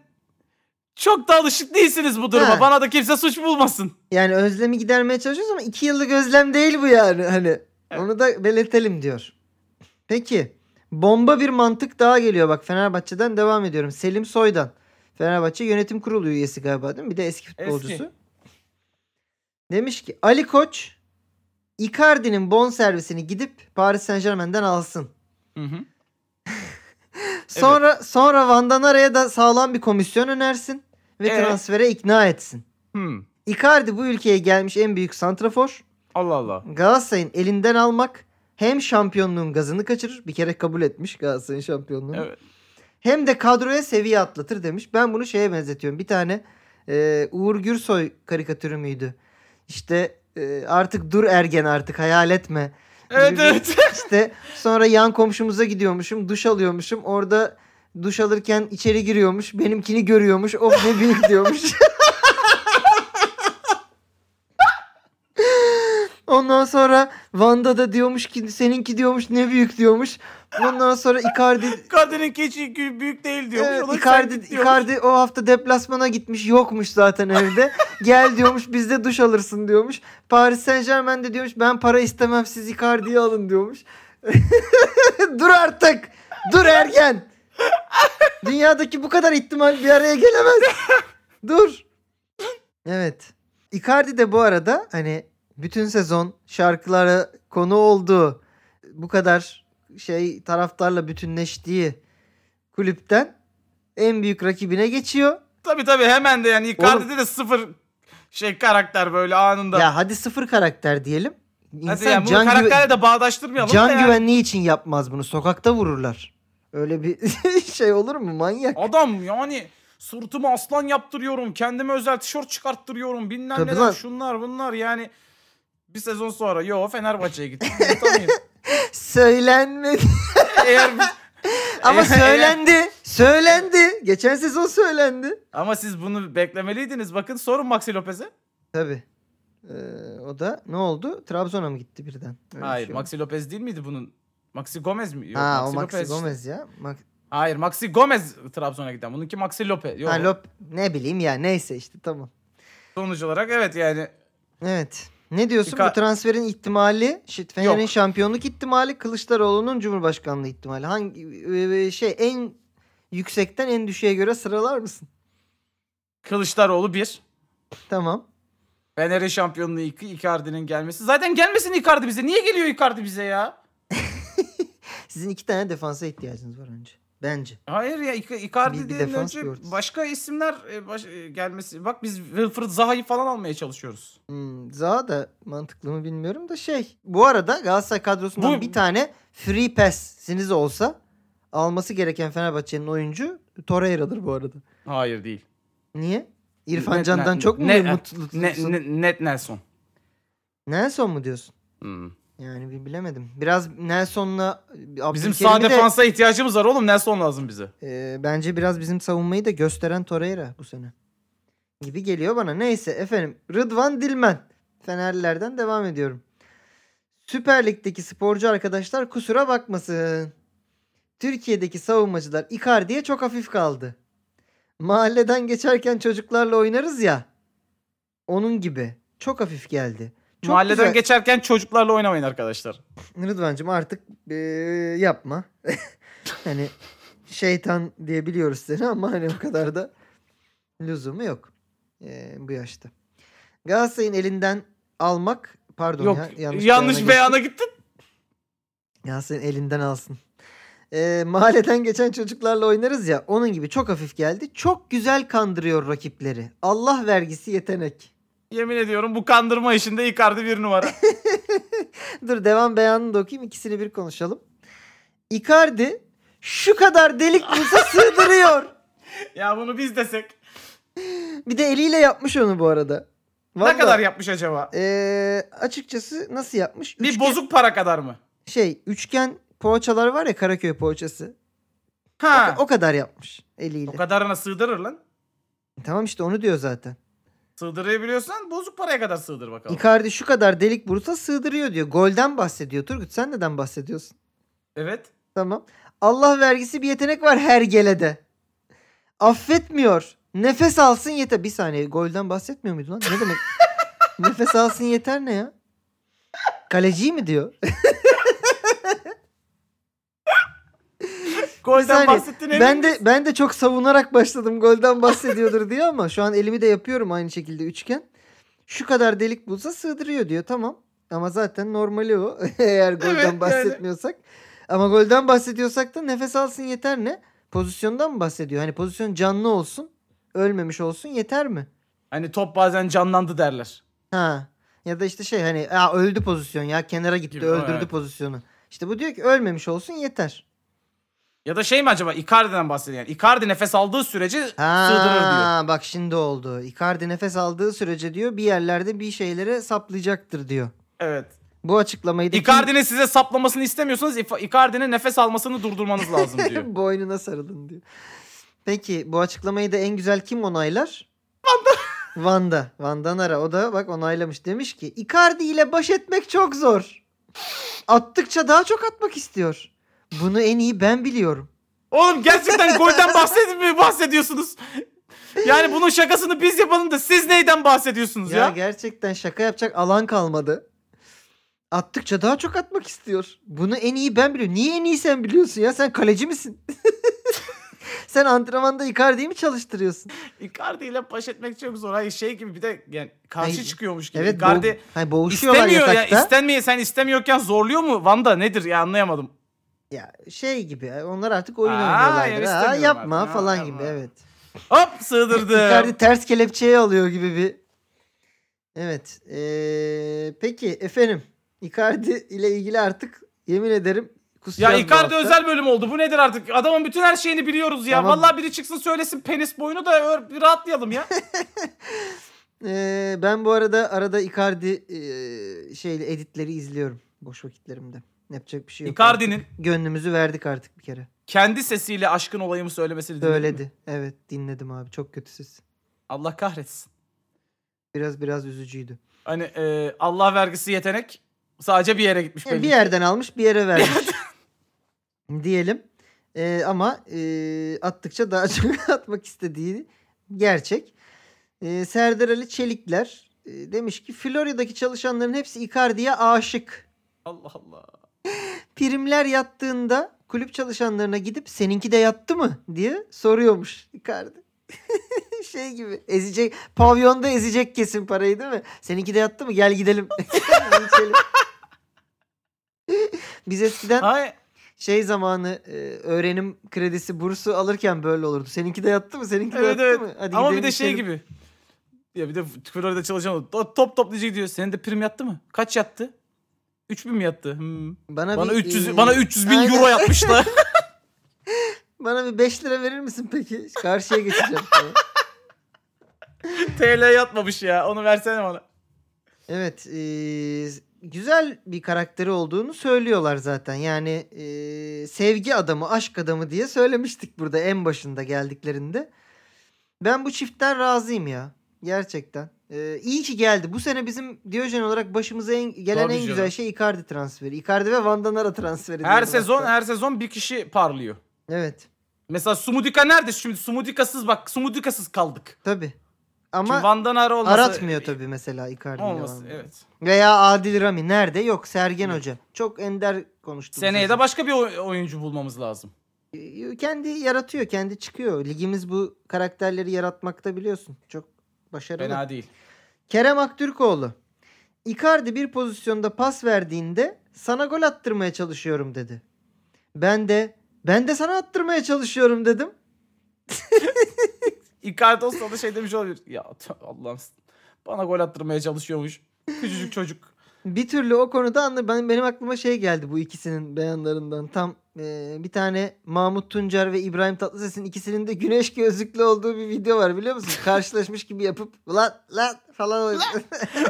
Çok da alışık değilsiniz bu duruma.
Ha.
Bana da kimse suç bulmasın.
Yani özlemi gidermeye çalışıyoruz ama iki yıllık özlem değil bu yani hani. Onu da belirtelim diyor. Peki bomba bir mantık daha geliyor bak Fenerbahçe'den devam ediyorum. Selim Soydan. Fenerbahçe yönetim kurulu üyesi galiba değil mi? Bir de eski futbolcusu.
Eski.
Demiş ki Ali Koç Icardi'nin bon servisini gidip Paris Saint Germain'den alsın.
Hı hı.
Sonra sonra Van Danara'ya da sağlam bir komisyon önersin ve
Ee?
transfere ikna etsin.
Hmm.
Icardi bu ülkeye gelmiş en büyük santrafor.
Allah Allah.
Galatasaray'ın elinden almak hem şampiyonluğun gazını kaçırır. Bir kere kabul etmiş Galatasaray'ın şampiyonluğunu.
Evet.
Hem de kadroya seviye atlatır demiş. Ben bunu şeye benzetiyorum. Bir tane e, Uğur Gürsoy karikatürü müydü? İşte e, artık dur ergen artık hayal etme.
Evet
Gibi-
evet. *laughs*
İşte sonra yan komşumuza gidiyormuşum. Duş alıyormuşum. Orada duş alırken içeri giriyormuş. Benimkini görüyormuş. Of ne büyük diyormuş. *laughs* Ondan sonra Van'da da diyormuş ki seninki diyormuş ne büyük diyormuş. Ondan sonra Icardi
Kadının keçi büyük değil diyormuş.
Evet,
ona
Icardi,
sen git diyormuş.
Icardi o hafta deplasmana gitmiş yokmuş zaten
*laughs*
evde. Gel diyormuş bizde duş alırsın diyormuş. Paris Saint Germain de diyormuş ben para istemem siz Icardi'yi alın diyormuş. *laughs* Dur artık. Dur ergen. Dünyadaki bu kadar ihtimal bir araya gelemez. Dur. Evet. Icardi de bu arada hani bütün sezon şarkılara konu olduğu bu kadar şey taraftarla bütünleştiği kulüpten en büyük rakibine geçiyor.
Tabii tabii hemen de yani
Oğlum-
Icardi'de de sıfır şey karakter böyle anında.
Ya hadi sıfır karakter diyelim.
Hadi
İnsan
ya bunu
can, güve-
karakterle de bağdaştırmayalım
can
da yani.
güvenliği için yapmaz bunu. Sokakta vururlar. Öyle bir *laughs* şey olur mu manyak?
Adam yani sırtımı aslan yaptırıyorum. Kendime özel tişört çıkarttırıyorum. Bilmem
Tabii
neler
lan.
şunlar bunlar yani. Bir sezon sonra yo Fenerbahçe'ye gittim. Unutamayız.
*laughs*
*laughs*
Söylenmedi.
Eğer
Ama
Eğer-
söylendi. Söylendi. Geçen sezon söylendi.
Ama siz bunu beklemeliydiniz. Bakın sorun Maxi Lopez'e.
Tabii. Ee, o da ne oldu? Trabzon'a mı gitti birden? Öyle bir
Hayır,
şey oldu.
Maxi Lopez değil miydi bunun? Maxi Gomez mi? Yok,
ha, o Maxi
Lopez işte.
Gomez ya. Max...
Hayır, Maxi Gomez Trabzon'a giden. Bununki Maxi Lopez. Yok.
Ha, Lop... Ne bileyim ya neyse işte tamam.
Sonuç olarak evet yani
Evet. Ne diyorsun?
Birka-
Bu transferin ihtimali, şi- Fener'in
Yok.
şampiyonluk ihtimali, Kılıçdaroğlu'nun cumhurbaşkanlığı ihtimali. Hangi e, e, şey en yüksekten en düşüğe göre sıralar mısın? *laughs*
Kılıçdaroğlu bir.
Tamam.
Fener'in şampiyonluğu 2, Icardi'nin gelmesi. Zaten gelmesin Icardi bize. Niye geliyor Icardi bize ya?
Sizin iki tane defansa ihtiyacınız var önce. Bence.
Hayır ya Ica-
Bir- bir
Icardi'den
defans
önce
gördü.
başka isimler e, baş- e, gelmesi. Bak biz Wilfried Zaha'yı falan almaya çalışıyoruz.
Hmm, Zaha da mantıklı mı bilmiyorum da şey. Bu arada Galatasaray kadrosundan
Bu-
bir tane free pass'iniz olsa alması gereken Fenerbahçe'nin oyuncu Torreira'dır bu arada.
Hayır değil.
Niye? İrfan
Net-
Can'dan
net-
çok mu
net-
mutlu
Ne,
tutsun?
ne- net Nelson.
Nelson mu diyorsun?
Hmm.
Yani bir bilemedim. Biraz Nelson'la Abdülkerim'i
Bizim sağ
de,
defansa ihtiyacımız var oğlum. Nelson lazım bize.
e, bence biraz bizim savunmayı da gösteren Torreira bu sene. Gibi geliyor bana. Neyse efendim. Rıdvan Dilmen. Fenerlilerden devam ediyorum. Süper Lig'deki sporcu arkadaşlar kusura bakmasın. Türkiye'deki savunmacılar Icardi'ye çok hafif kaldı. Mahalleden geçerken çocuklarla oynarız ya. Onun gibi. Çok hafif geldi. Çok
Mahalleden
güzel-
geçerken çocuklarla oynamayın arkadaşlar.
Rıdvan'cığım artık eee, yapma. *laughs* hani şeytan diyebiliyoruz seni ama hani o kadar da lüzumu yok eee, bu yaşta. Galatasaray'ın elinden almak pardon
Yok
ya,
yanlış,
beyana
beyana gittin.
geçtim. Galatasaray'ın elinden alsın. Eee mahalleden geçen çocuklarla oynarız ya onun gibi çok hafif geldi. Çok güzel kandırıyor rakipleri. Allah vergisi yetenek.
Yemin ediyorum bu kandırma işinde Icardi bir numara.
*laughs* Dur devam beyanını da okuyayım. ikisini bir konuşalım. Icardi şu kadar delik
*laughs*
bulsa sığdırıyor.
ya bunu biz desek.
Bir de eliyle yapmış onu bu arada. Vallahi,
Ne kadar yapmış acaba?
eee, açıkçası nasıl yapmış?
Bir
Üçgen-
bozuk para kadar mı?
Şey üçgen poğaçalar var ya Karaköy poğaçası.
Ha.
O kadar yapmış
O
eliyle.
kadarına sığdırır lan.
Tamam işte onu diyor zaten.
Sığdırabiliyorsan bozuk paraya kadar sığdır bakalım.
Icardi şu kadar delik bulursa sığdırıyor diyor. Golden bahsediyor. Turgut sen neden bahsediyorsun?
evet.
Tamam. Allah vergisi bir yetenek var her gelede. Affetmiyor. Nefes alsın yeter. Bir saniye golden bahsetmiyor muydu lan? Ne demek? Nefes alsın yeter ne ya? Kaleci mi diyor? Bir
Golden
saniye.
bahsettin emin
ben de
misin?
ben de çok savunarak başladım golden bahsediyordur diye ama şu an elimi de yapıyorum aynı şekilde üçgen. Şu kadar delik bulsa sığdırıyor diyor tamam. Ama zaten normali o *laughs* eğer golden
Evet, yani.
bahsetmiyorsak. Ama golden bahsediyorsak da nefes alsın yeter ne? Pozisyondan mı bahsediyor? Hani pozisyon canlı olsun, ölmemiş olsun yeter mi?
Hani top bazen canlandı derler.
Ha. Ya da işte şey hani "Aa, öldü pozisyon ya kenara gitti
Gibi,
öldürdü
evet.
pozisyonu. İşte bu diyor ki ölmemiş olsun yeter.
Ya da şey mi acaba Icardi'den bahsediyor. Yani Icardi nefes aldığı sürece sığdırır diyor.
Ha bak şimdi oldu. Icardi nefes aldığı sürece diyor bir yerlerde bir şeylere saplayacaktır diyor.
Evet.
Bu açıklamayı da kim- *laughs*
Icardi'nin size saplamasını istemiyorsanız İfa- Icardi'nin nefes almasını durdurmanız lazım
*laughs*
diyor.
boynuna sarılın diyor. Peki bu açıklamayı da en güzel kim onaylar? Vanda. Vanda. Vandan ara. O da bak onaylamış. Demiş ki Icardi ile baş etmek çok zor. Attıkça daha çok atmak istiyor. Bunu en iyi ben biliyorum.
Oğlum gerçekten golden bahsediyor bahsediyorsunuz? Yani bunun şakasını biz yapalım da siz neyden bahsediyorsunuz ya?
Ya gerçekten şaka yapacak alan kalmadı. Attıkça daha çok atmak istiyor. Bunu en iyi ben biliyorum. Niye en iyi sen biliyorsun ya? Sen kaleci misin? *laughs* sen antrenmanda Icardi'yi mi çalıştırıyorsun?
Icardi ile baş etmek çok zor. Hayır şey gibi bir de yani karşı
Hayır.
çıkıyormuş gibi.
Evet
Icardi
boğ- hani boğuşuyorlar
istemiyor ya.
yatakta.
istenmeye sen istemiyorken zorluyor mu? Vanda nedir ya anlayamadım.
Ya şey gibi onlar artık oyun
Aa,
oynuyorlardır.
yani
Ha,
istemiyorum
yapma
artık. Ha,
falan
yapma.
gibi evet.
Hop sığdırdı.
Icardi ters kelepçeye alıyor gibi bir. Evet. ee, peki efendim Icardi ile ilgili artık yemin ederim
ya
kusacağım bu
Icardi
hafta.
özel bölüm oldu. Bu nedir artık? Adamın bütün her şeyini biliyoruz ya.
Tamam.
Vallahi biri çıksın söylesin penis boyunu da ö- bir rahatlayalım ya.
Ee, ben bu arada arada Icardi ee, şeyle editleri izliyorum boş vakitlerimde. Yapacak bir şey *laughs* yok.
Icardi'nin
Gönlümüzü verdik artık bir kere.
kendi sesiyle aşkın olayımı söylemesini dinledin mi?
Söyledi. Evet dinledim abi çok kötü ses.
Allah kahretsin.
Biraz biraz üzücüydü.
Hani e, Allah vergisi yetenek sadece bir yere gitmiş
Yani
belli.
E, bir yerden almış bir yere
*laughs*
vermiş. diyelim. Ee, ama ee, attıkça daha *laughs* çok atmak istediği gerçek. Ee, Serdar Ali Çelikler ee, demiş ki Florya'daki çalışanların hepsi Icardi'ye aşık.
Allah Allah.
primler yattığında kulüp çalışanlarına gidip seninki de yattı mı diye soruyormuş Icardi. *laughs* şey gibi ezecek pavyonda ezecek kesin parayı değil mi? Seninki de yattı mı gel gidelim. *laughs* İçelim. *laughs* Biz eskiden
Ay,
şey zamanı e, öğrenim kredisi bursu alırken böyle olurdu. Seninki de yattı mı? Seninki de
Evet,
yattı
evet.
mı? Hadi
ama bir
gidelim
de şey
içelim.
gibi. Ya bir de Florya'da çalışan o top toplayıcı gidiyor. Senin de prim yattı mı? Kaç yattı? 3000 mi yattı? Hmm.
bana,
Bana
bir,
300
e,
bana 300 bin
aynen. *laughs*
euro *laughs* yatmışlar.
Bana bir 5 lira verir misin peki? Karşıya geçeceğim.
*laughs* TL yatmamış ya. Onu versene bana.
Evet, eee, güzel bir karakteri olduğunu söylüyorlar zaten. Yani eee, sevgi adamı, aşk adamı diye söylemiştik burada en başında geldiklerinde. Ben bu çiftten razıyım ya. Gerçekten. Eee iyi ki geldi. Bu sene bizim Diyojen olarak başımıza en, gelen
Tabii
en
canım.
güzel şey Icardi transferi. Icardi ve Van Danara transferi.
Her
diyorum
sezon
hatta.
her sezon bir kişi parlıyor.
Evet.
Mesela Sumudika nerede şimdi? Sumudika'sız bak Sumudika'sız kaldık.
Tabii.
Ama
Ama
Van'dan ara olması.
aratmıyor tabii mesela Icardi.
Olması evet.
Veya Adil Rami nerede? Yok Sergen Hoca. Çok ender konuştu. bu
Seneye
sezon.
de başka bir oy- oyuncu bulmamız lazım.
E, kendi yaratıyor, kendi çıkıyor. Ligimiz bu karakterleri yaratmakta biliyorsun. Çok başarılı.
Fena değil.
Kerem Aktürkoğlu. Icardi bir pozisyonda pas verdiğinde sana gol attırmaya çalışıyorum dedi. Ben de ben de sana attırmaya çalışıyorum dedim.
Icardi olsa da şey demiş olabilir. Ya t- Allah'ım bana gol attırmaya çalışıyormuş. Küçücük çocuk.
Bir türlü o konuda anla ben benim aklıma şey geldi bu ikisinin beyanlarından. Tam e, bir tane Mahmut Tuncer ve İbrahim Tatlıses'in ikisinin de güneş gözlüklü olduğu bir video var biliyor musun? Karşılaşmış gibi yapıp lan lan falan. *laughs*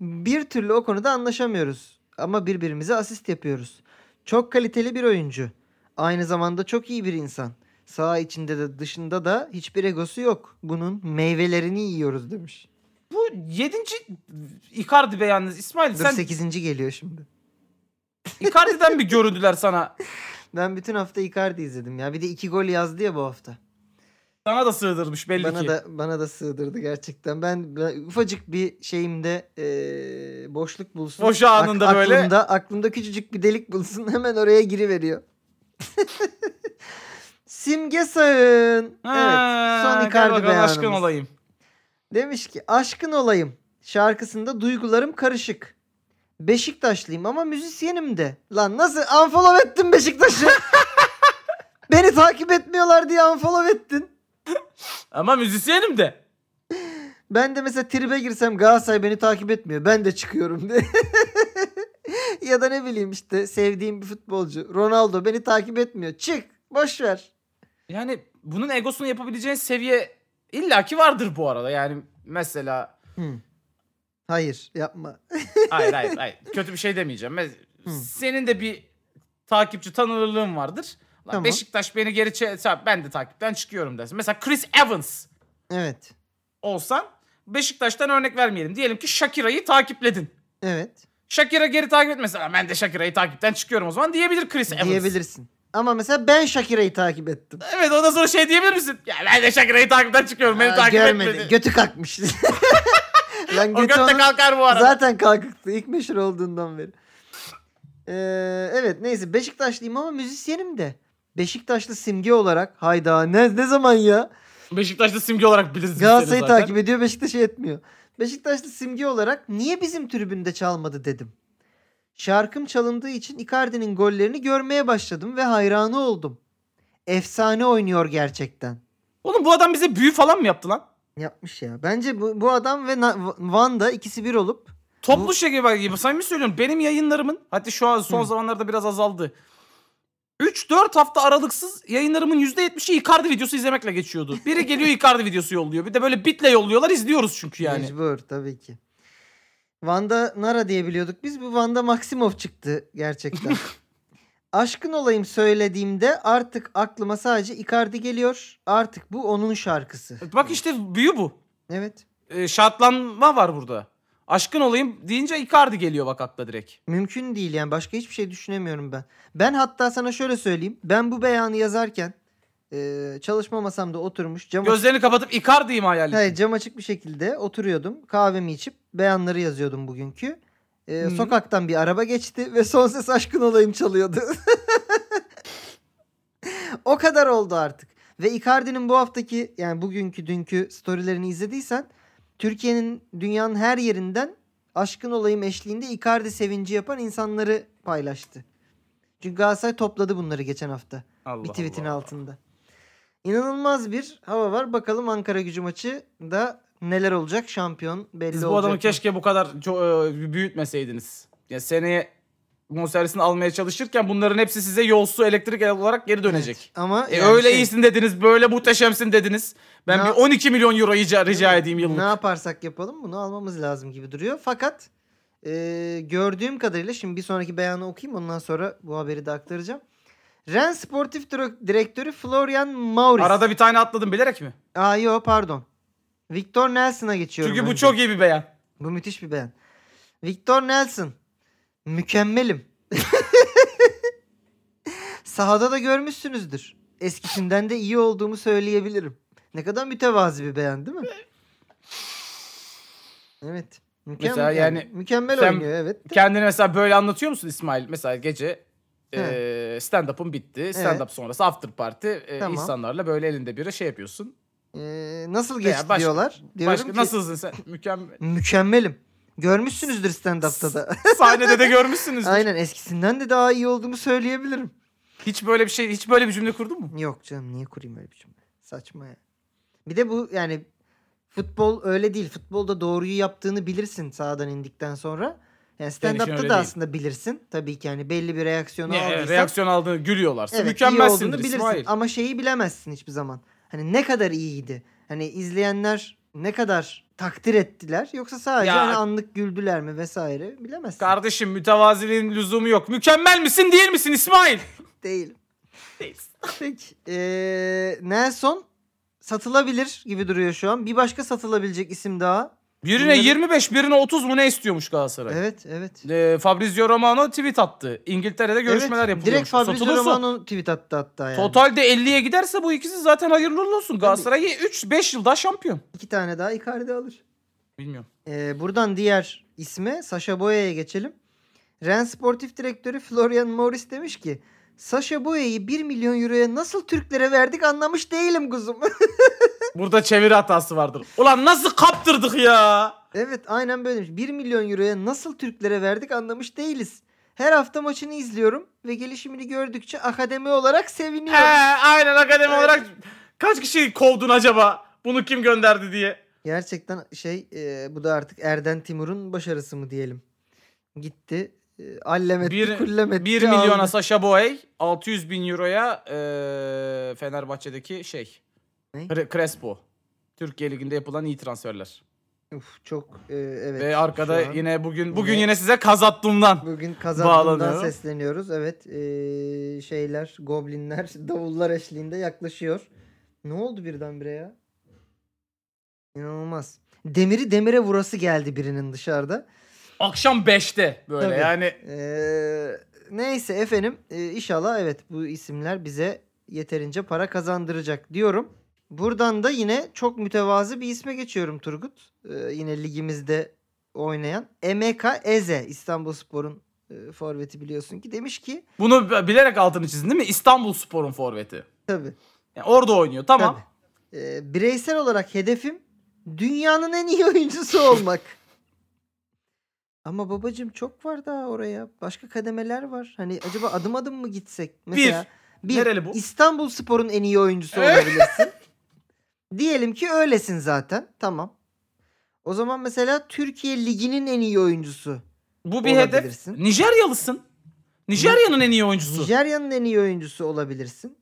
bir türlü o konuda anlaşamıyoruz ama birbirimize asist yapıyoruz. Çok kaliteli bir oyuncu. Aynı zamanda çok iyi bir insan. Sağ içinde de dışında da hiçbir egosu yok. Bunun meyvelerini yiyoruz demiş.
Bu yedinci Icardi be yalnız. İsmail
Dur *laughs*
sen
8. geliyor şimdi.
Icardi'den bir göründüler sana.
Ben bütün hafta Icardi izledim ya. Bir de iki gol yazdı ya bu hafta.
Sana da sığdırmış belli
bana
ki.
da bana da sığdırdı gerçekten. Ben, ben ufacık bir şeyimde eee, boşluk bulsun.
Boş anında böyle.
Aklımda, aklımda küçücük bir delik bulsun. *laughs* Hemen oraya giriveriyor. *laughs* Simge Sağın.
Ha,
evet. Son
gel
Icardi
bakalım Aşkın
beyanımız.
olayım.
Demiş ki aşkın olayım. Şarkısında duygularım karışık. Beşiktaşlıyım ama müzisyenim de. Lan nasıl unfollow ettin
*laughs*
Beşiktaş'ı? Beni takip etmiyorlar diye unfollow ettin.
Ama müzisyenim de.
Ben de mesela tribe girsem Galatasaray beni takip etmiyor. Ben de çıkıyorum diye. *laughs* ya da ne bileyim işte sevdiğim bir futbolcu. Ronaldo beni takip etmiyor. Çık. Boş ver.
Yani bunun egosunu yapabileceğin seviye illaki vardır bu arada. Yani mesela
Hmm. Hayır yapma.
hayır hayır hayır kötü bir şey demeyeceğim. Mes-
Hı.
Senin de bir takipçi tanınırlığın vardır. Lan
Tamam.
Beşiktaş beni geri çe- ben de takipten çıkıyorum dersin. Mesela Chris Evans
Evet.
olsan Beşiktaş'tan örnek vermeyelim. Diyelim ki Shakira'yı takipledin.
Evet.
Shakira geri takip etmesin. "Aa, Ben de Shakira'yı takipten çıkıyorum o zaman diyebilir Chris Evans.
Diyebilirsin. Ama mesela ben Shakira'yı takip ettim.
Evet ondan sonra şey diyebilir misin? Ya ben de Shakira'yı takipten çıkıyorum. Beni
Aa,
takip
görmedi.
etmedi.
Götü kalkmış. *laughs* Lan
o
götü
götte
onun
kalkar bu arada.
zaten kalkıktı. ilk meşhur olduğundan beri. Ee, evet neyse Beşiktaşlıyım ama müzisyenim de. Beşiktaşlı simge olarak hayda ne ne zaman ya?
Beşiktaş'ta simge olarak biliriz. biz seni
Galatasaray'ı
zaten.
takip ediyor Beşiktaş'ı etmiyor. Beşiktaşlı simge olarak niye bizim tribünde çalmadı dedim. Şarkım çalındığı için Icardi'nin gollerini görmeye başladım ve hayranı oldum. Efsane oynuyor gerçekten.
Oğlum bu adam bize büyü falan mı yaptı lan?
Yapmış ya. Bence bu, bu adam ve Na- Van'da ikisi bir olup
Toplu
Bu-
şekilde bak gibi samimi söylüyorum. Benim yayınlarımın hatta şu an son
Hı.
zamanlarda biraz azaldı. 3-4 hafta aralıksız yayınlarımın %70'i Icardi videosu izlemekle geçiyordu.
*laughs*
Biri geliyor Icardi videosu yolluyor. Bir de böyle bitle yolluyorlar izliyoruz çünkü yani.
mecbur tabii ki. Van'da Nara diye biliyorduk. Biz bu Van'da Maximov çıktı gerçekten. Aşkın olayım söylediğimde artık aklıma sadece Icardi geliyor. Artık bu onun şarkısı.
Bak işte büyü bu.
Evet.
Ee, şartlanma var burada. Aşkın olayım deyince Icardi geliyor bak akla direkt.
Mümkün değil yani başka hiçbir şey düşünemiyorum ben. Ben hatta sana şöyle söyleyeyim. Ben bu beyanı yazarken e, çalışma masamda oturmuş cam açık-
Gözlerini kapatıp Icardi'yi mi hayal ettin?
Hayır cam açık bir şekilde oturuyordum. Kahvemi içip beyanları yazıyordum bugünkü. Ee,
Hı.
sokaktan bir araba geçti ve son ses aşkın olayım çalıyordu. *laughs* o kadar oldu artık. Ve Icardi'nin bu haftaki yani bugünkü dünkü storylerini izlediysen Türkiye'nin dünyanın her yerinden aşkın olayım eşliğinde Icardi sevinci yapan insanları paylaştı. Çünkü Galatasaray topladı bunları geçen hafta
Allah
bir tweetin
Allah.
altında. İnanılmaz bir hava var. Bakalım Ankara gücü maçı da neler olacak? Şampiyon belli
Siz
olacak.
bu adamı
mı?
keşke bu kadar ço- e, büyütmeseydiniz. Ya seneye bonservisini almaya çalışırken bunların hepsi size yol su elektrik olarak geri dönecek.
Ama
E,
yani
öyle
şey,
iyisin dediniz, böyle muhteşemsin dediniz. Ben
Ne-
bir 12 milyon euro rica, rica
Evet.
edeyim yıllık.
Ne yaparsak yapalım bunu almamız lazım gibi duruyor. Fakat e, gördüğüm kadarıyla şimdi bir sonraki beyanı okuyayım ondan sonra bu haberi de aktaracağım. Ren Sportif Direk- Direktörü Florian Maurice.
Arada bir tane atladım bilerek mi?
Aa yo pardon. Victor Nelson'a geçiyorum.
Çünkü bu
önce.
çok iyi bir beyan.
Bu müthiş bir beğen. Victor Nelson. Mükemmelim. *laughs* Sahada da görmüşsünüzdür. Eskisinden de iyi olduğumu söyleyebilirim. Ne kadar mütevazi bir beğen değil mi? Evet. Mükemmel,
Mesela yani
mükemmel
sen-
oynuyor evet.
Kendini mesela böyle anlatıyor musun İsmail? Mesela gece e, stand-up'ın bitti. Stand-up sonrası after party. e,
Tamam.
insanlarla böyle elinde biri şey yapıyorsun.
Ee, nasıl
Veya
geçti
başka-
diyorlar. Diyorum
Başka
ki,
nasılsın sen? Mükemmel.
Mükemmelim. Görmüşsünüzdür stand-up'ta da.
Sahnede de
*laughs*
görmüşsünüz.
Aynen eskisinden de daha iyi olduğumu söyleyebilirim.
Hiç böyle bir şey, hiç böyle bir cümle kurdun mu?
Yok canım niye kurayım öyle bir cümle? Saçma ya. Bir de bu yani futbol öyle değil. Futbolda doğruyu yaptığını bilirsin sahadan indikten sonra. Yani
öyle
stand-up'ta
değil.
da aslında bilirsin. Tabii ki yani belli bir reaksiyonu
Ne,
aldıysan.
reaksiyon aldığını gülüyorlarsa
evet, iyi
mükemmelsindir
olduğunu bilirsin.
İsmail.
Ama şeyi bilemezsin hiçbir zaman. Hani ne kadar iyiydi. Hani izleyenler ne kadar takdir ettiler. Yoksa sadece
Ya-
hani anlık güldüler mi vesaire bilemezsin.
Kardeşim mütevaziliğin lüzumu yok. Mükemmel misin değil misin İsmail?
Değil. Peki. Ee, Nelson satılabilir gibi duruyor şu an. Bir başka satılabilecek isim daha.
Birine
Bunları-
25, birine 30 mu ne istiyormuş Galatasaray?
Evet evet.
Ee, Fabrizio Romano tweet attı. İngiltere'de görüşmeler
evet,
yapılıyor.
Direkt Fabrizio
Satılırsa,
Romano tweet attı hatta yani.
Totalde 50'ye giderse bu ikisi zaten hayırlı uğurlu olsun. Galatasaray 3-5 yıl daha şampiyon.
İki tane daha Icardi alır.
Bilmiyorum.
Ee, buradan diğer isme Sasha Boya'ya geçelim. Ren Sportif Direktörü Florian Morris demiş ki Sasha Boya'yı 1 milyon euroya nasıl Türklere verdik anlamış değilim kuzum.
Burada çeviri hatası vardır. Ulan nasıl kaptırdık ya?
evet aynen böyle demiş. 1 milyon euroya nasıl Türklere verdik anlamış değiliz. Her hafta maçını izliyorum ve gelişimini gördükçe akademi olarak
Ee,
seviniyorum.
aynen akademi olarak kaç kişiyi kovdun acaba? Bunu kim gönderdi diye.
Gerçekten şey e, bu da artık Erden Timur'un başarısı mı diyelim. Gitti. E, allem etti,
Bir-
kullem etti,
1 milyona
aldı.
Sasha Boey, 600 bin euroya eee, Fenerbahçe'deki şey.
Ne?
Cre- Crespo. Türkiye liginde yapılan iyi transferler.
Uf, çok e, evet.
Ve
şu
arkada
an-
yine bugün bugün
Yine-
yine size kazattığımdan.
Bugün kazandığından
Bağlanıyor.
sesleniyoruz. Evet eee, şeyler, goblinler, *laughs* davullar eşliğinde yaklaşıyor. Ne oldu birdenbire ya? İnanılmaz. Demiri demire vurası geldi birinin dışarıda.
Akşam 5'te böyle
Tabii.
yani.
Eee, neyse efendim eee, inşallah evet bu isimler bize yeterince para kazandıracak diyorum. Buradan da yine çok mütevazı bir isme geçiyorum Turgut. Eee, yine ligimizde oynayan Emeka Eze İstanbulspor'un eee, forveti biliyorsun ki demiş ki
Bunu b- bilerek altını çizdin değil mi? İstanbul Spor'un forveti.
Tabii.
Yani orada oynuyor tamam.
tabii. Ee, bireysel olarak hedefim dünyanın en iyi oyuncusu
*laughs*
olmak. Ama babacım çok var daha oraya. Başka kademeler var. Hani acaba adım adım mı gitsek? Mesela bir,
Nereli bu?
İstanbul Spor'un en iyi oyuncusu
Evet. *laughs*
olabilirsin. Diyelim ki öylesin zaten. Tamam. O zaman mesela Türkiye Ligi'nin en iyi oyuncusu.
Bu bir hedef.
Olabilirsin.
Nijeryalısın. Nijerya'nın en iyi oyuncusu.
Nijerya'nın en iyi oyuncusu olabilirsin.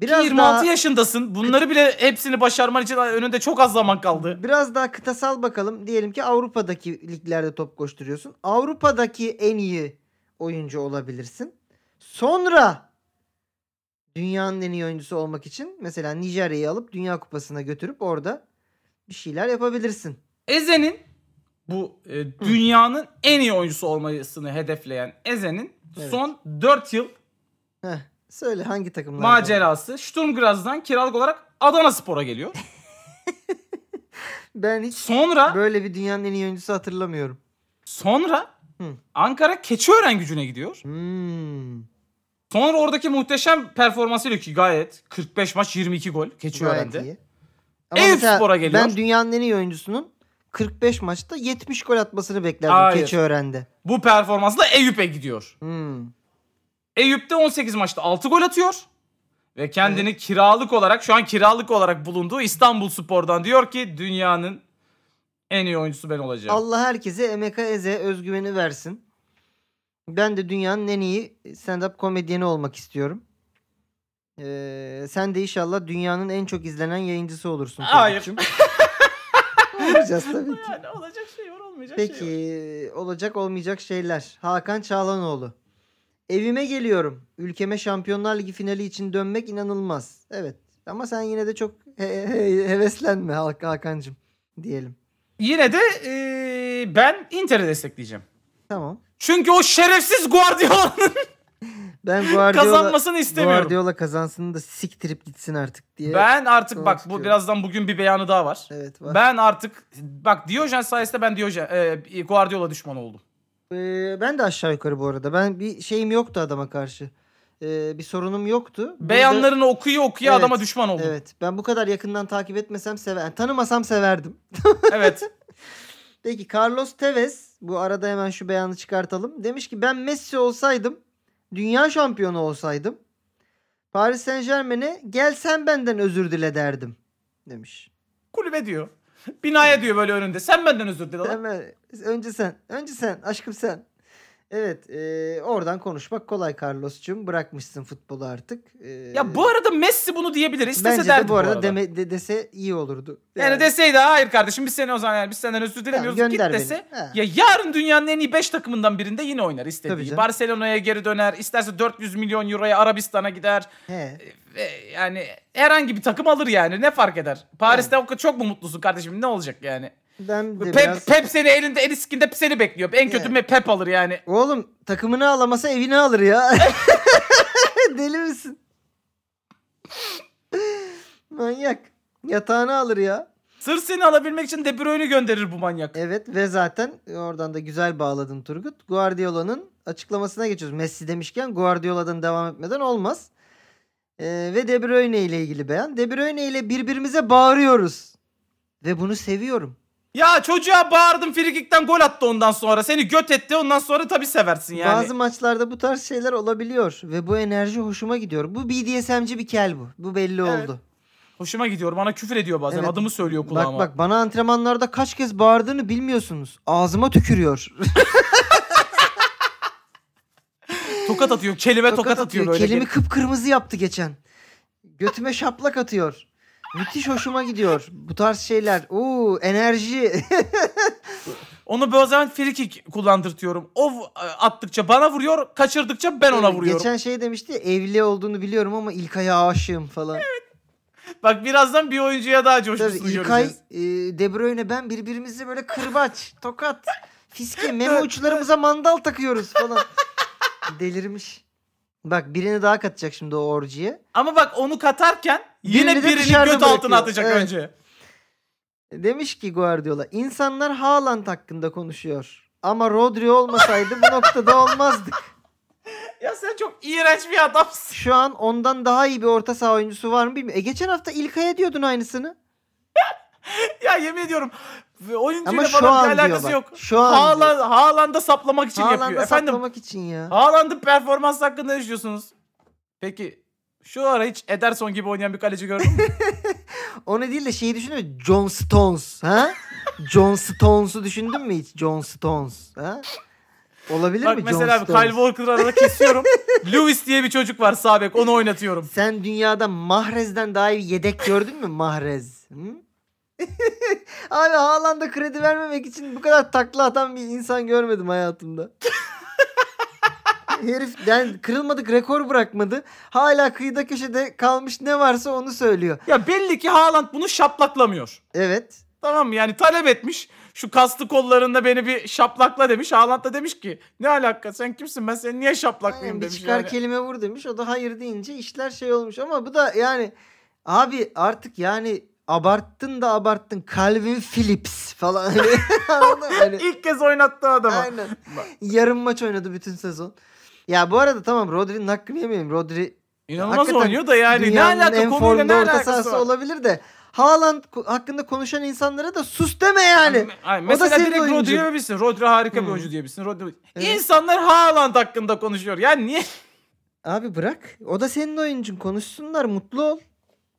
Ki 26 yaşındasın. Bunları bile hepsini başarman için önünde çok az zaman kaldı.
Biraz daha kıtasal bakalım. Diyelim ki Avrupa'daki liglerde top koşturuyorsun. Avrupa'daki en iyi oyuncu olabilirsin. Sonra dünyanın en iyi oyuncusu olmak için mesela Nijerya'yı alıp Dünya Kupası'na götürüp orada bir şeyler yapabilirsin.
Eze'nin bu e, dünyanın en iyi oyuncusu olmasını hedefleyen Eze'nin
Evet.
son 4 yıl
Heh, söyle hangi takımlar?
macerası Sturm Graz'dan kiralık olarak Adana Spor'a geliyor.
Ben hiç
Sonra
böyle bir dünyanın en iyi oyuncusu hatırlamıyorum.
sonra
Hı.
Ankara Keçiören gücüne gidiyor.
Hmm.
Sonra oradaki muhteşem performansıyla ki gayet 45 maç 22 gol
Gayet
Keçiören'de.
iyi. Ama
Eyüp
mesela
Spor'a geliyor.
Ben dünyanın en iyi oyuncusunun 45 maçta 70 gol atmasını beklerdim
Hayır.
Keçiören'de.
Bu performansla Eyüp'e gidiyor.
Hmm.
Eyüp'te 18 maçta 6 gol atıyor. Ve kendini kiralık olarak şu an kiralık olarak bulunduğu İstanbul Spor'dan diyor ki dünyanın en iyi oyuncusu ben olacağım.
Allah herkese Emeka Eze özgüveni versin. Ben de dünyanın en iyi stand-up komedyeni olmak istiyorum. Ee, sen de inşallah dünyanın en çok izlenen yayıncısı olursun.
Hayır. *laughs*
Turgut'cum. Olacağız tabii ki.
yani olacak şey var olmayacak şey var.
Peki olacak olmayacak şeyler. Hakan Çağlanoğlu. Evime geliyorum. Ülkeme Şampiyonlar Ligi finali için dönmek inanılmaz. Evet. Ama sen yine de çok he- he- heveslenme Hak- Hakan'cığım diyelim.
Yine de eee, ben Inter'i destekleyeceğim.
Tamam.
Çünkü o şerefsiz Guardiola'nın
Ben Guardiola,
kazanmasını istemiyorum.
Guardiola kazansın da siktirip gitsin artık diye.
Ben artık
Doğru
bak bu
tutuyorum.
birazdan bugün bir beyanı daha var.
Evet var.
Ben artık bak Diyojen sayesinde ben Diyojen eee, Guardiola düşmanı oldum.
Ee, ben de aşağı yukarı bu arada. Ben bir şeyim yoktu adama karşı. Ee, bir sorunum yoktu. Burada-
Beyanlarını okuya okuya
Evet,
adama düşman oldum. Evet.
Evet. Ben bu kadar yakından takip etmesem sever, yani tanımasam severdim. Peki Carlos Tevez bu arada hemen şu beyanı çıkartalım. Demiş ki ben Messi olsaydım, dünya şampiyonu olsaydım Paris Saint-Germain'e gel sen benden özür dile derdim demiş.
Kulübe diyor. Binaya diyor böyle önünde. Sen benden özür dile lan.
Hemen önce sen. Önce sen. Aşkım sen. Evet. e, oradan konuşmak kolay Carlos'cum. Bırakmışsın futbolu artık. E,
Ya bu arada Messi bunu diyebilir. İstese
Bence
derdi
de bu arada, deme- de- dese iyi olurdu.
yani, deseydi hayır kardeşim biz seni o zaman yani biz senden özür
Tamam,
dilemiyoruz git
gönder beni.
dese.
Ha.
Ya yarın dünyanın en iyi 5 takımından birinde yine oynar
Tabii
istediği.
canım.
Barcelona'ya geri döner. isterse 400 milyon euroya Arabistan'a gider.
He.
Ve yani herhangi bir takım alır yani. Ne fark eder? Paris'te o kadar çok mu mutlusun kardeşim? Ne olacak yani?
Ben de
Pep,
biraz...
Pep seni elinde en riskinde seni bekliyor. En kötü
Yani.
me Pep alır yani.
Oğlum takımını ağlamasa evini alır ya. *laughs* Deli misin? Manyak. Yatağını alır ya.
Sırf seni alabilmek için De Bruyne'i gönderir bu manyak.
Evet ve zaten e, oradan da güzel bağladın Turgut. Guardiola'nın açıklamasına geçiyoruz. Messi demişken Guardiola'dan devam etmeden olmaz. Ee, ve De Bruyne ile ilgili beyan. De Bruyne ile birbirimize bağırıyoruz. Ve bunu seviyorum.
Ya çocuğa bağırdım frikikten gol attı ondan sonra. Seni göt etti ondan sonra tabii seversin yani.
Bazı maçlarda bu tarz şeyler olabiliyor. Ve bu enerji hoşuma gidiyor. Bu BDSM'ci bir kel bu. Bu belli
Evet.
oldu.
Hoşuma gidiyor bana küfür ediyor bazen
Evet.
adımı söylüyor
Bak
kulağıma.
bak bana antrenmanlarda kaç kez bağırdığını bilmiyorsunuz. Ağzıma tükürüyor. *laughs*
Tokat atıyor kelime tokat, atıyor, böyle.
Kelimi kıpkırmızı yaptı geçen. Götüme şaplak atıyor. Müthiş hoşuma gidiyor. Bu tarz şeyler. Oo enerji.
Onu bazen frikik kullandırtıyorum. O v- attıkça bana vuruyor kaçırdıkça *laughs* ben ona vuruyorum.
Geçen şey demişti ya, evli olduğunu biliyorum ama İlkay'a aşığım falan.
Ee, Bak birazdan bir oyuncuya daha coşkusunu
Tabii
göreceğiz.
İlkay, e, De Bruyne ben birbirimizi böyle kırbaç, tokat,
*laughs*
fiske, meme uçlarımıza mandal takıyoruz falan. Delirmiş. Bak birini daha katacak şimdi o orjiye.
Ama bak onu katarken yine
Birini de
birini
dışarıda
göt altına
bırakıyor.
atacak
Evet.
önce.
Demiş ki Guardiola, insanlar Haaland hakkında konuşuyor. Ama Rodri olmasaydı bu noktada olmazdık.
Ya sen çok iğrenç bir adamsın. *laughs*
Şu an ondan daha iyi bir orta saha oyuncusu var mı bilmiyorum. E geçen hafta İlkay'a diyordun aynısını.
Ya yemin ediyorum oyuncuyla
Ama şu
falan
an
bir
diyor
alakası
bak,
yok.
şu an
Haaland, Haaland'a saplamak için yapıyor.
Haaland'a
Efendim
saklamak için ya.
Haaland'ın performans hakkında ne düşünüyorsunuz? Peki şu ara hiç Ederson gibi oynayan bir kaleci gördün mü?
Onu değil de şeyi düşündün mü? John Stones. Ha? John Stones'u düşündün mü hiç? John Stones. Ha? Olabilir
Bak
mi
mesela
John
abi
Stones?
Kyle Walker'ı arada
*laughs*
kesiyorum. Lewis diye bir çocuk var sağ bek onu oynatıyorum.
Sen dünyada Mahrez'den daha iyi yedek gördün mü Mahrez? Hı? *laughs* Abi Haaland'a kredi vermemek için bu kadar takla atan bir insan görmedim hayatımda. *laughs* Herif yani kırılmadık rekor bırakmadı. Hala kıyıda köşede kalmış ne varsa onu söylüyor.
Ya belli ki Haaland bunu şaplaklamıyor.
Evet.
Tamam mı? Yani talep etmiş. Şu kaslı kollarında beni bir şaplakla demiş. Haaland da demiş ki ne alaka sen kimsin ben seni niye şaplaklayayım
Aynen, bir
demiş.
çıkar
yani.
kelime vur demiş. O da hayır deyince işler şey olmuş ama bu da yani abi artık yani abarttın da abarttın. Calvin Phillips falan. *laughs* Anladın mı? Hani-
İlk kez oynattı adamı.
Aynen. Yarım maç oynadı bütün sezon. Ya bu arada tamam Rodri'nin hakkını yemeyelim. Rodri
İnanılmaz
Hakikaten
oynuyor da yani ne
dünyanın
alaka
en
konuyla ne
formda orta
alakası
sahası
var?
olabilir de Haaland ko- hakkında konuşan insanlara da sus deme yani.
Ay,
O da
mesela
senin
direkt
oyuncun.
Rodri diyebilirsin. Rodri harika bir
Hmm.
oyuncu diyebilirsin. Rodri...
Evet.
İnsanlar Haaland hakkında konuşuyor. Yani niye?
Abi bırak. O da senin oyuncun. Konuşsunlar. Mutlu ol.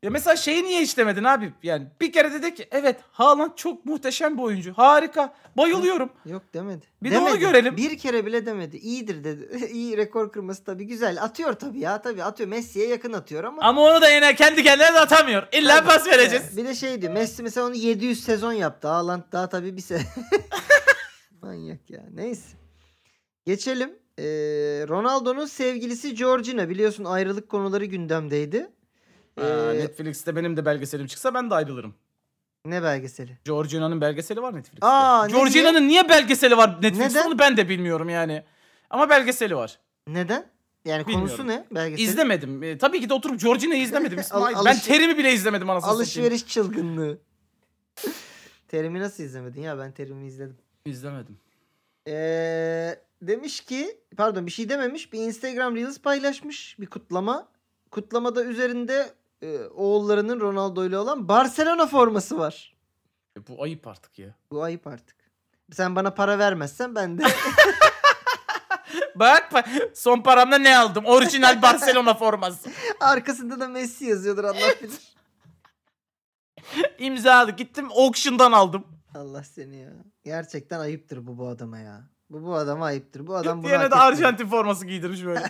Ya mesela şeyi niye işlemedin abi? Yani bir kere dedi ki evet Haaland çok muhteşem bir oyuncu. Harika. Bayılıyorum.
Yok demedi.
Bir de onu
demedi.
görelim.
Bir kere bile demedi. İyidir dedi. *laughs* İyi rekor kırması tabii güzel. Atıyor tabii ya tabii atıyor. Messi'ye yakın atıyor ama.
Ama onu da yine kendi kendine de atamıyor. İlla
Tabii.
pas vereceğiz.
Bir de şey diyor. Messi mesela onu 700 sezon yaptı. Haaland daha tabii bir sene. *laughs* Manyak ya. Neyse. Geçelim. Ee, Ronaldo'nun sevgilisi Georgina. Biliyorsun ayrılık konuları gündemdeydi.
Aa,
Ee,
Netflix'te benim de belgeselim çıksa ben de ayrılırım.
ne belgeseli?
Georgina'nın belgeseli var Netflix'te.
Aa, ne
Georgina'nın niye belgeseli var Netflix'te
Neden?
onu ben de bilmiyorum yani. Ama belgeseli var.
Neden? Yani
Bilmiyorum.
konusu ne? Belgeseli.
İzlemedim. Ee, tabii ki de oturup Georgina'yı izlemedim. İsmail.
*laughs* Al-
ben
alış-
Terim'i bile izlemedim anasını satayım.
Alışveriş çılgınlığı. *laughs* terimi nasıl izlemedin ya? Ben terimi izledim.
İzlemedim.
Ee, demiş ki pardon bir şey dememiş bir Instagram Reels paylaşmış bir kutlama. Kutlamada üzerinde e, oğullarının Ronaldo ile olan Barcelona forması var.
E, bu ayıp artık ya.
Bu ayıp artık. Sen bana para vermezsen ben de
*laughs* Bak pa- son paramla ne aldım? *laughs* Orijinal Barcelona forması.
arkasında da Messi yazıyordur Allah bilir.
İmzalı gittim auction'dan aldım.
Allah seni ya. Gerçekten ayıptır bu bu adama ya. Bu bu adama ayıptır. Bu adam bunu
Diğerine de
hak etmedi.
Arjantin forması giydirmiş böyle.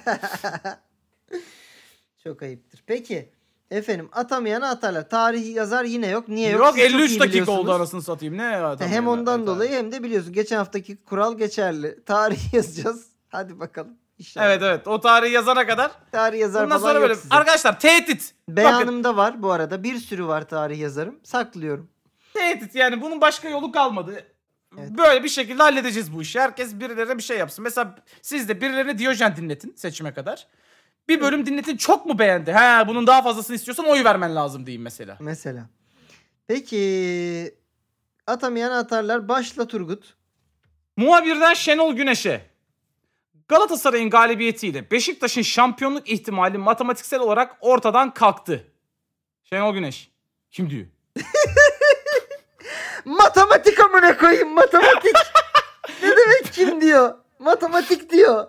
Çok ayıptır. Peki efendim atamayanı atarlar. Tarihi yazar yine yok. *laughs* Niye yok?
Yok
Siz çok iyi
53 dakika
biliyorsunuz.
oldu anasını satayım. Ne ya adam
hem
ya?
ondan
Evet,
dolayı hem de biliyorsun geçen haftaki kural geçerli. *laughs* Tarih yazacağız. Hadi bakalım. İnşallah.
Evet evet o tarihi yazana kadar.
Tarih yazar
Bundan
falan
sonra böyle
yok size.
arkadaşlar tehdit. Bakın
Beyanımda var bu arada. Bir sürü var tarih yazarım. Saklıyorum.
Tehdit yani bunun başka yolu kalmadı.
Evet.
Böyle bir şekilde halledeceğiz bu işi. Herkes birilerine bir şey yapsın. Mesela siz de birilerine Diyojen dinletin seçime kadar. Bir bölüm dinletin çok mu beğendi? He bunun daha fazlasını istiyorsan oy vermen lazım diyeyim mesela.
Mesela. Peki atamayan atarlar. Başla Turgut.
Muhabirden Şenol Güneş'e. Galatasaray'ın galibiyetiyle Beşiktaş'ın şampiyonluk ihtimali matematiksel olarak ortadan kalktı. Şenol Güneş. Kim diyor?
Matematik amına koyayım
*laughs*
matematik. ne demek kim diyor? Matematik diyor.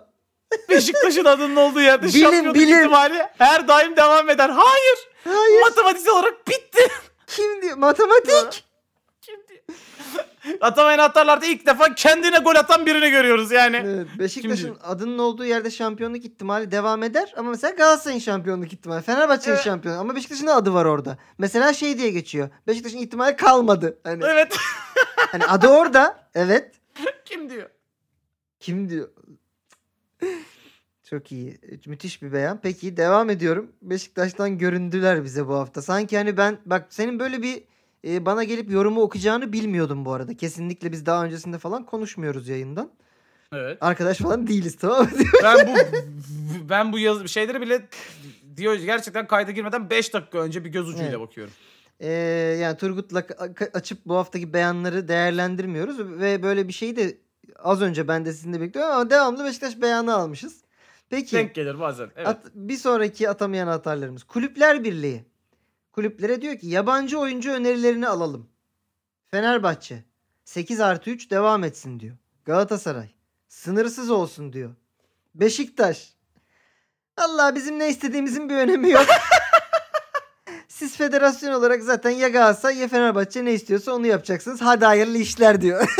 Beşiktaş'ın adının olduğu yerde
Bilim,
şampiyonluk
bilim.
ihtimali her daim devam eder. Hayır.
Hayır
Matematiksel olarak bitti.
kim diyor? Matematik.
Atamayan atarlarda ilk defa kendine gol atan birini görüyoruz yani.
Evet, Beşiktaş'ın
Şimdi-
adının olduğu yerde şampiyonluk ihtimali devam eder ama mesela Galatasaray'ın şampiyonluk ihtimali, Fenerbahçe'nin
Evet.
şampiyonluk ama Beşiktaş'ın da adı var orada. Mesela şey diye geçiyor. Beşiktaş'ın ihtimali kalmadı.
*laughs*
Hani,
Evet.
hani adı orada. Evet.
Kim diyor?
Kim diyor? Çok iyi. Müthiş bir beyan. Peki devam ediyorum. Beşiktaş'tan göründüler bize bu hafta. Sanki hani ben bak senin böyle bir e, bana gelip yorumu okuyacağını bilmiyordum bu arada. Kesinlikle biz daha öncesinde falan konuşmuyoruz yayından.
Evet.
Arkadaş falan değiliz tamam mı?
Ben bu ben bu yaz şeyleri bile diyor gerçekten kayda girmeden 5 dakika önce bir göz ucuyla
Evet.
bakıyorum.
Ee, yani Turgut'la ka- ka- açıp bu haftaki beyanları değerlendirmiyoruz ve böyle bir şeyi de az önce ben de sizinle bekliyorum ama devamlı Beşiktaş beyanı almışız. Peki.
Denk gelir bazen. Evet.
Şey, At- bir sonraki atamayan atarlarımız. Kulüpler Birliği. Kulüplere diyor ki yabancı oyuncu önerilerini alalım. Fenerbahçe 8 artı 3 devam etsin diyor. Galatasaray sınırsız olsun diyor. Beşiktaş Allah bizim ne istediğimizin bir önemi yok. *laughs* Siz federasyon olarak zaten ya Galatasaray ya Fenerbahçe ne istiyorsa onu yapacaksınız. Hadi hayırlı işler diyor.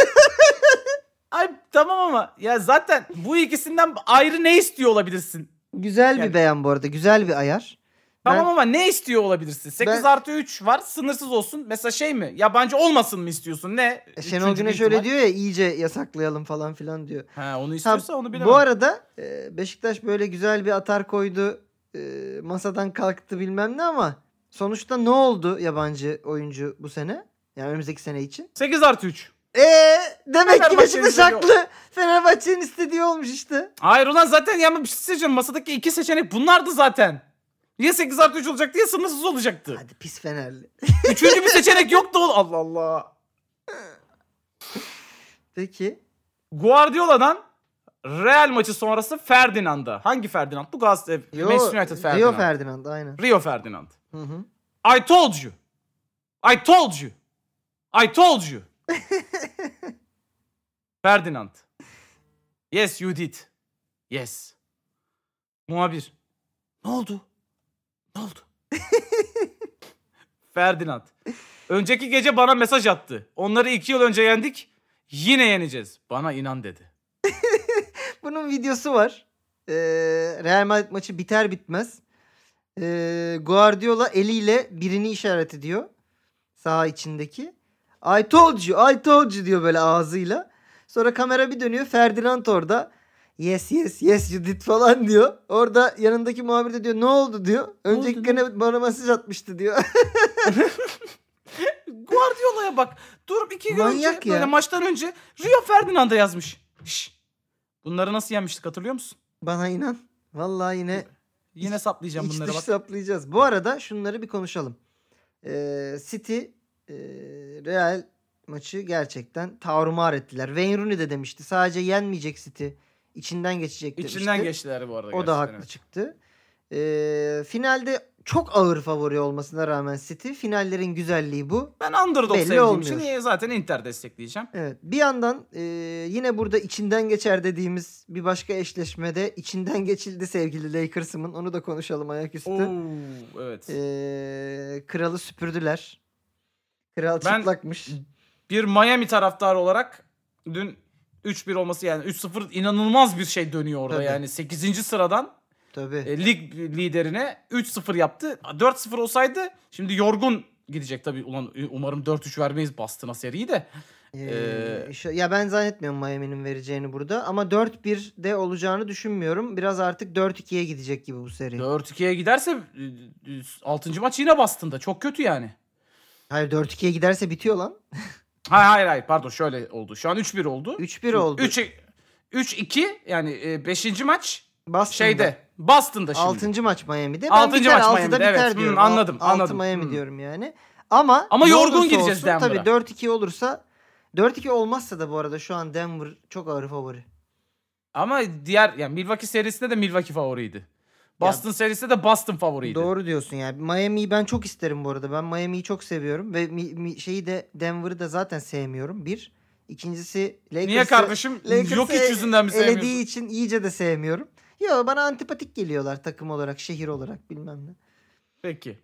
*laughs*
Ay tamam ama ya zaten bu ikisinden ayrı ne istiyor olabilirsin?
güzel
Yani-
bir beyan bu arada. Güzel bir ayar.
Tamam
Ben-
ama ne istiyor olabilirsin? 8
Ben-
artı 3 var sınırsız olsun. Mesela şey mi? Yabancı olmasın mı istiyorsun? Ne?
E, Şenol
Üçüncü bir
Güneş öyle
ihtimal.
diyor ya iyice yasaklayalım falan filan diyor.
Ha onu
Ha,
istiyorsa onu bilemem.
Bu arada e, Beşiktaş böyle güzel bir atar koydu. e, Masadan kalktı bilmem ne ama sonuçta ne oldu yabancı oyuncu bu sene? Yani önümüzdeki sene için.
8 artı 3.
Ee, demek ki
Fenerbahçe'nin
Beşiktaş
istediği olmuş.
haklı. Fenerbahçe'nin istediği olmuş işte.
Hayır ulan zaten ya ama bir şey söyleyeceğim. Masadaki iki seçenek bunlardı zaten. Ya 8 artı 3 olacaktı ya sınırsız olacaktı.
Hadi pis Fenerli.
Üçüncü bir seçenek yoktu oğlum. Allah Allah.
Peki.
Guardiola'dan Real maçı sonrası Ferdinand'a. Hangi Ferdinand? Bu Galatasaray.
Yo,
Manchester United Ferdinand.
Rio Ferdinand aynen.
Rio Ferdinand.
Hı hı.
I told you. I told you. I told
*laughs*
you. Ferdinand. Yes you did. Yes. Muhabir. Ne oldu?
*laughs*
Ne oldu? Ferdinand. Önceki gece bana mesaj attı. Onları iki yıl önce yendik. Yine yeneceğiz. Bana inan dedi.
Bunun videosu var. Ee, Real Madrid maçı biter bitmez. Ee, Guardiola eliyle birini işaret ediyor. Saha içindeki. I told you, I told you diyor böyle ağzıyla. Sonra kamera bir dönüyor. Ferdinand orada. Yes yes yes you did falan diyor. Orada yanındaki muhabir de diyor ne oldu diyor. Önceki
oldu,
gene bana mesaj atmıştı diyor. *laughs*
Guardiola'ya bak. Durup iki gün önce
Manyak ya.
böyle maçtan önce Rio Ferdinand'a yazmış. Şş. Bunları nasıl yenmiştik hatırlıyor musun?
bana inan. Vallahi yine
Yine saplayacağım
İç
bunları
dış
bak.
saplayacağız. Bu arada şunları bir konuşalım. Ee, City e, Real maçı gerçekten tarumar ettiler. Wayne Rooney de demişti. Sadece yenmeyecek City. içinden geçecek demişti.
İçinden geçtiler bu arada.
O
gerçekten,
da haklı
evet.
çıktı. Ee, finalde çok ağır favori olmasına rağmen City. Finallerin güzelliği bu.
Ben underdog
Belli
sevdiğim
olmuyor.
için niye zaten Inter destekleyeceğim.
Evet. Bir yandan e, yine burada içinden geçer dediğimiz bir başka eşleşmede içinden geçildi sevgili Lakers'ımın. Onu da konuşalım ayaküstü.
Oo, evet.
Ee, kralı süpürdüler. Kral
Ben-
çıplakmış.
bir Miami taraftarı olarak dün 3-1 olması yani 3-0 inanılmaz bir şey dönüyor orada
Tabii.
yani 8. sıradan
Tabii.
e, lig liderine 3-0 yaptı. 4-0 olsaydı şimdi yorgun gidecek tabii. Ulan e, umarım 4-3 vermeyiz Bastına seriyi de.
Ee, şu- ya ben zannetmiyorum Miami'nin vereceğini burada ama 4-1 de olacağını düşünmüyorum. Biraz artık 4-2'ye gidecek E, gibi bu seri.
e, 4-2'ye giderse 6. maç yine Boston'da. Çok kötü yani.
Hayır 4-2'ye giderse bitiyor lan.
Hayır hayır hayır pardon şöyle oldu. Şu an 3-1 oldu.
3-1 oldu.
3 3-2 yani 5. maç
Boston'da.
şeyde Boston'da şimdi.
6. maç Miami'de. Ben
Altıncı
biter,
maç
6'da
Miami'de,
biter
evet. Hmm,
diyorum.
anladım,
6
anladım.
Miami
Hmm.
diyorum yani. Ama
Ama
ne
yorgun
olursa
gideceğiz
olsun,
Denver'a.
Tabii 4-2 olursa 4-2 olmazsa da bu arada şu an Denver çok ağır favori.
Ama diğer yani Milwaukee serisinde de Milwaukee favoriydi. Boston serisinde de Boston favoriydi.
Doğru diyorsun yani. Miami'yi ben çok isterim bu arada. Ben Miami'yi çok seviyorum ve mi- mi- şeyi de Denver'ı da zaten sevmiyorum. Bir. İkincisi Lakers'ı
Niye kardeşim?
Lakers'ı
Yok
e-
hiç yüzünden mi
Elediği
sevmiyorsun?
için iyice de sevmiyorum. Yo bana antipatik geliyorlar takım olarak, şehir olarak bilmem ne.
Peki.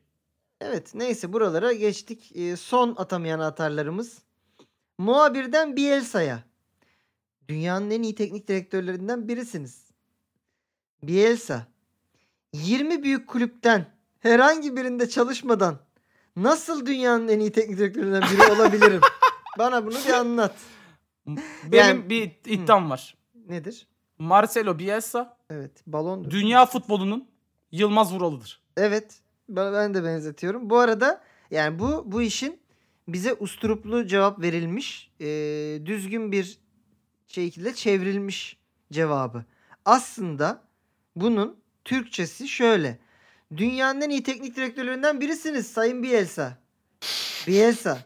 Evet neyse buralara geçtik. Ee, son atamayan atarlarımız. Muhabirden Bielsa'ya. Dünyanın en iyi teknik direktörlerinden birisiniz. Bielsa. 20 büyük kulüpten herhangi birinde çalışmadan nasıl dünyanın en iyi teknik direktörlerinden biri olabilirim? Bana bunu bir anlat.
Benim
Yani-
bir iddiam var.
Nedir?
Marcelo Bielsa
Evet balondur.
dünya futbolunun Yılmaz Vuralı'dır.
Evet. Ben ben de benzetiyorum. Bu arada yani bu bu işin bize usturuplu cevap verilmiş, e, düzgün bir şekilde çevrilmiş cevabı. Aslında bunun Türkçesi şöyle. Dünyanın en iyi teknik direktörlerinden birisiniz Sayın Bielsa. Bielsa.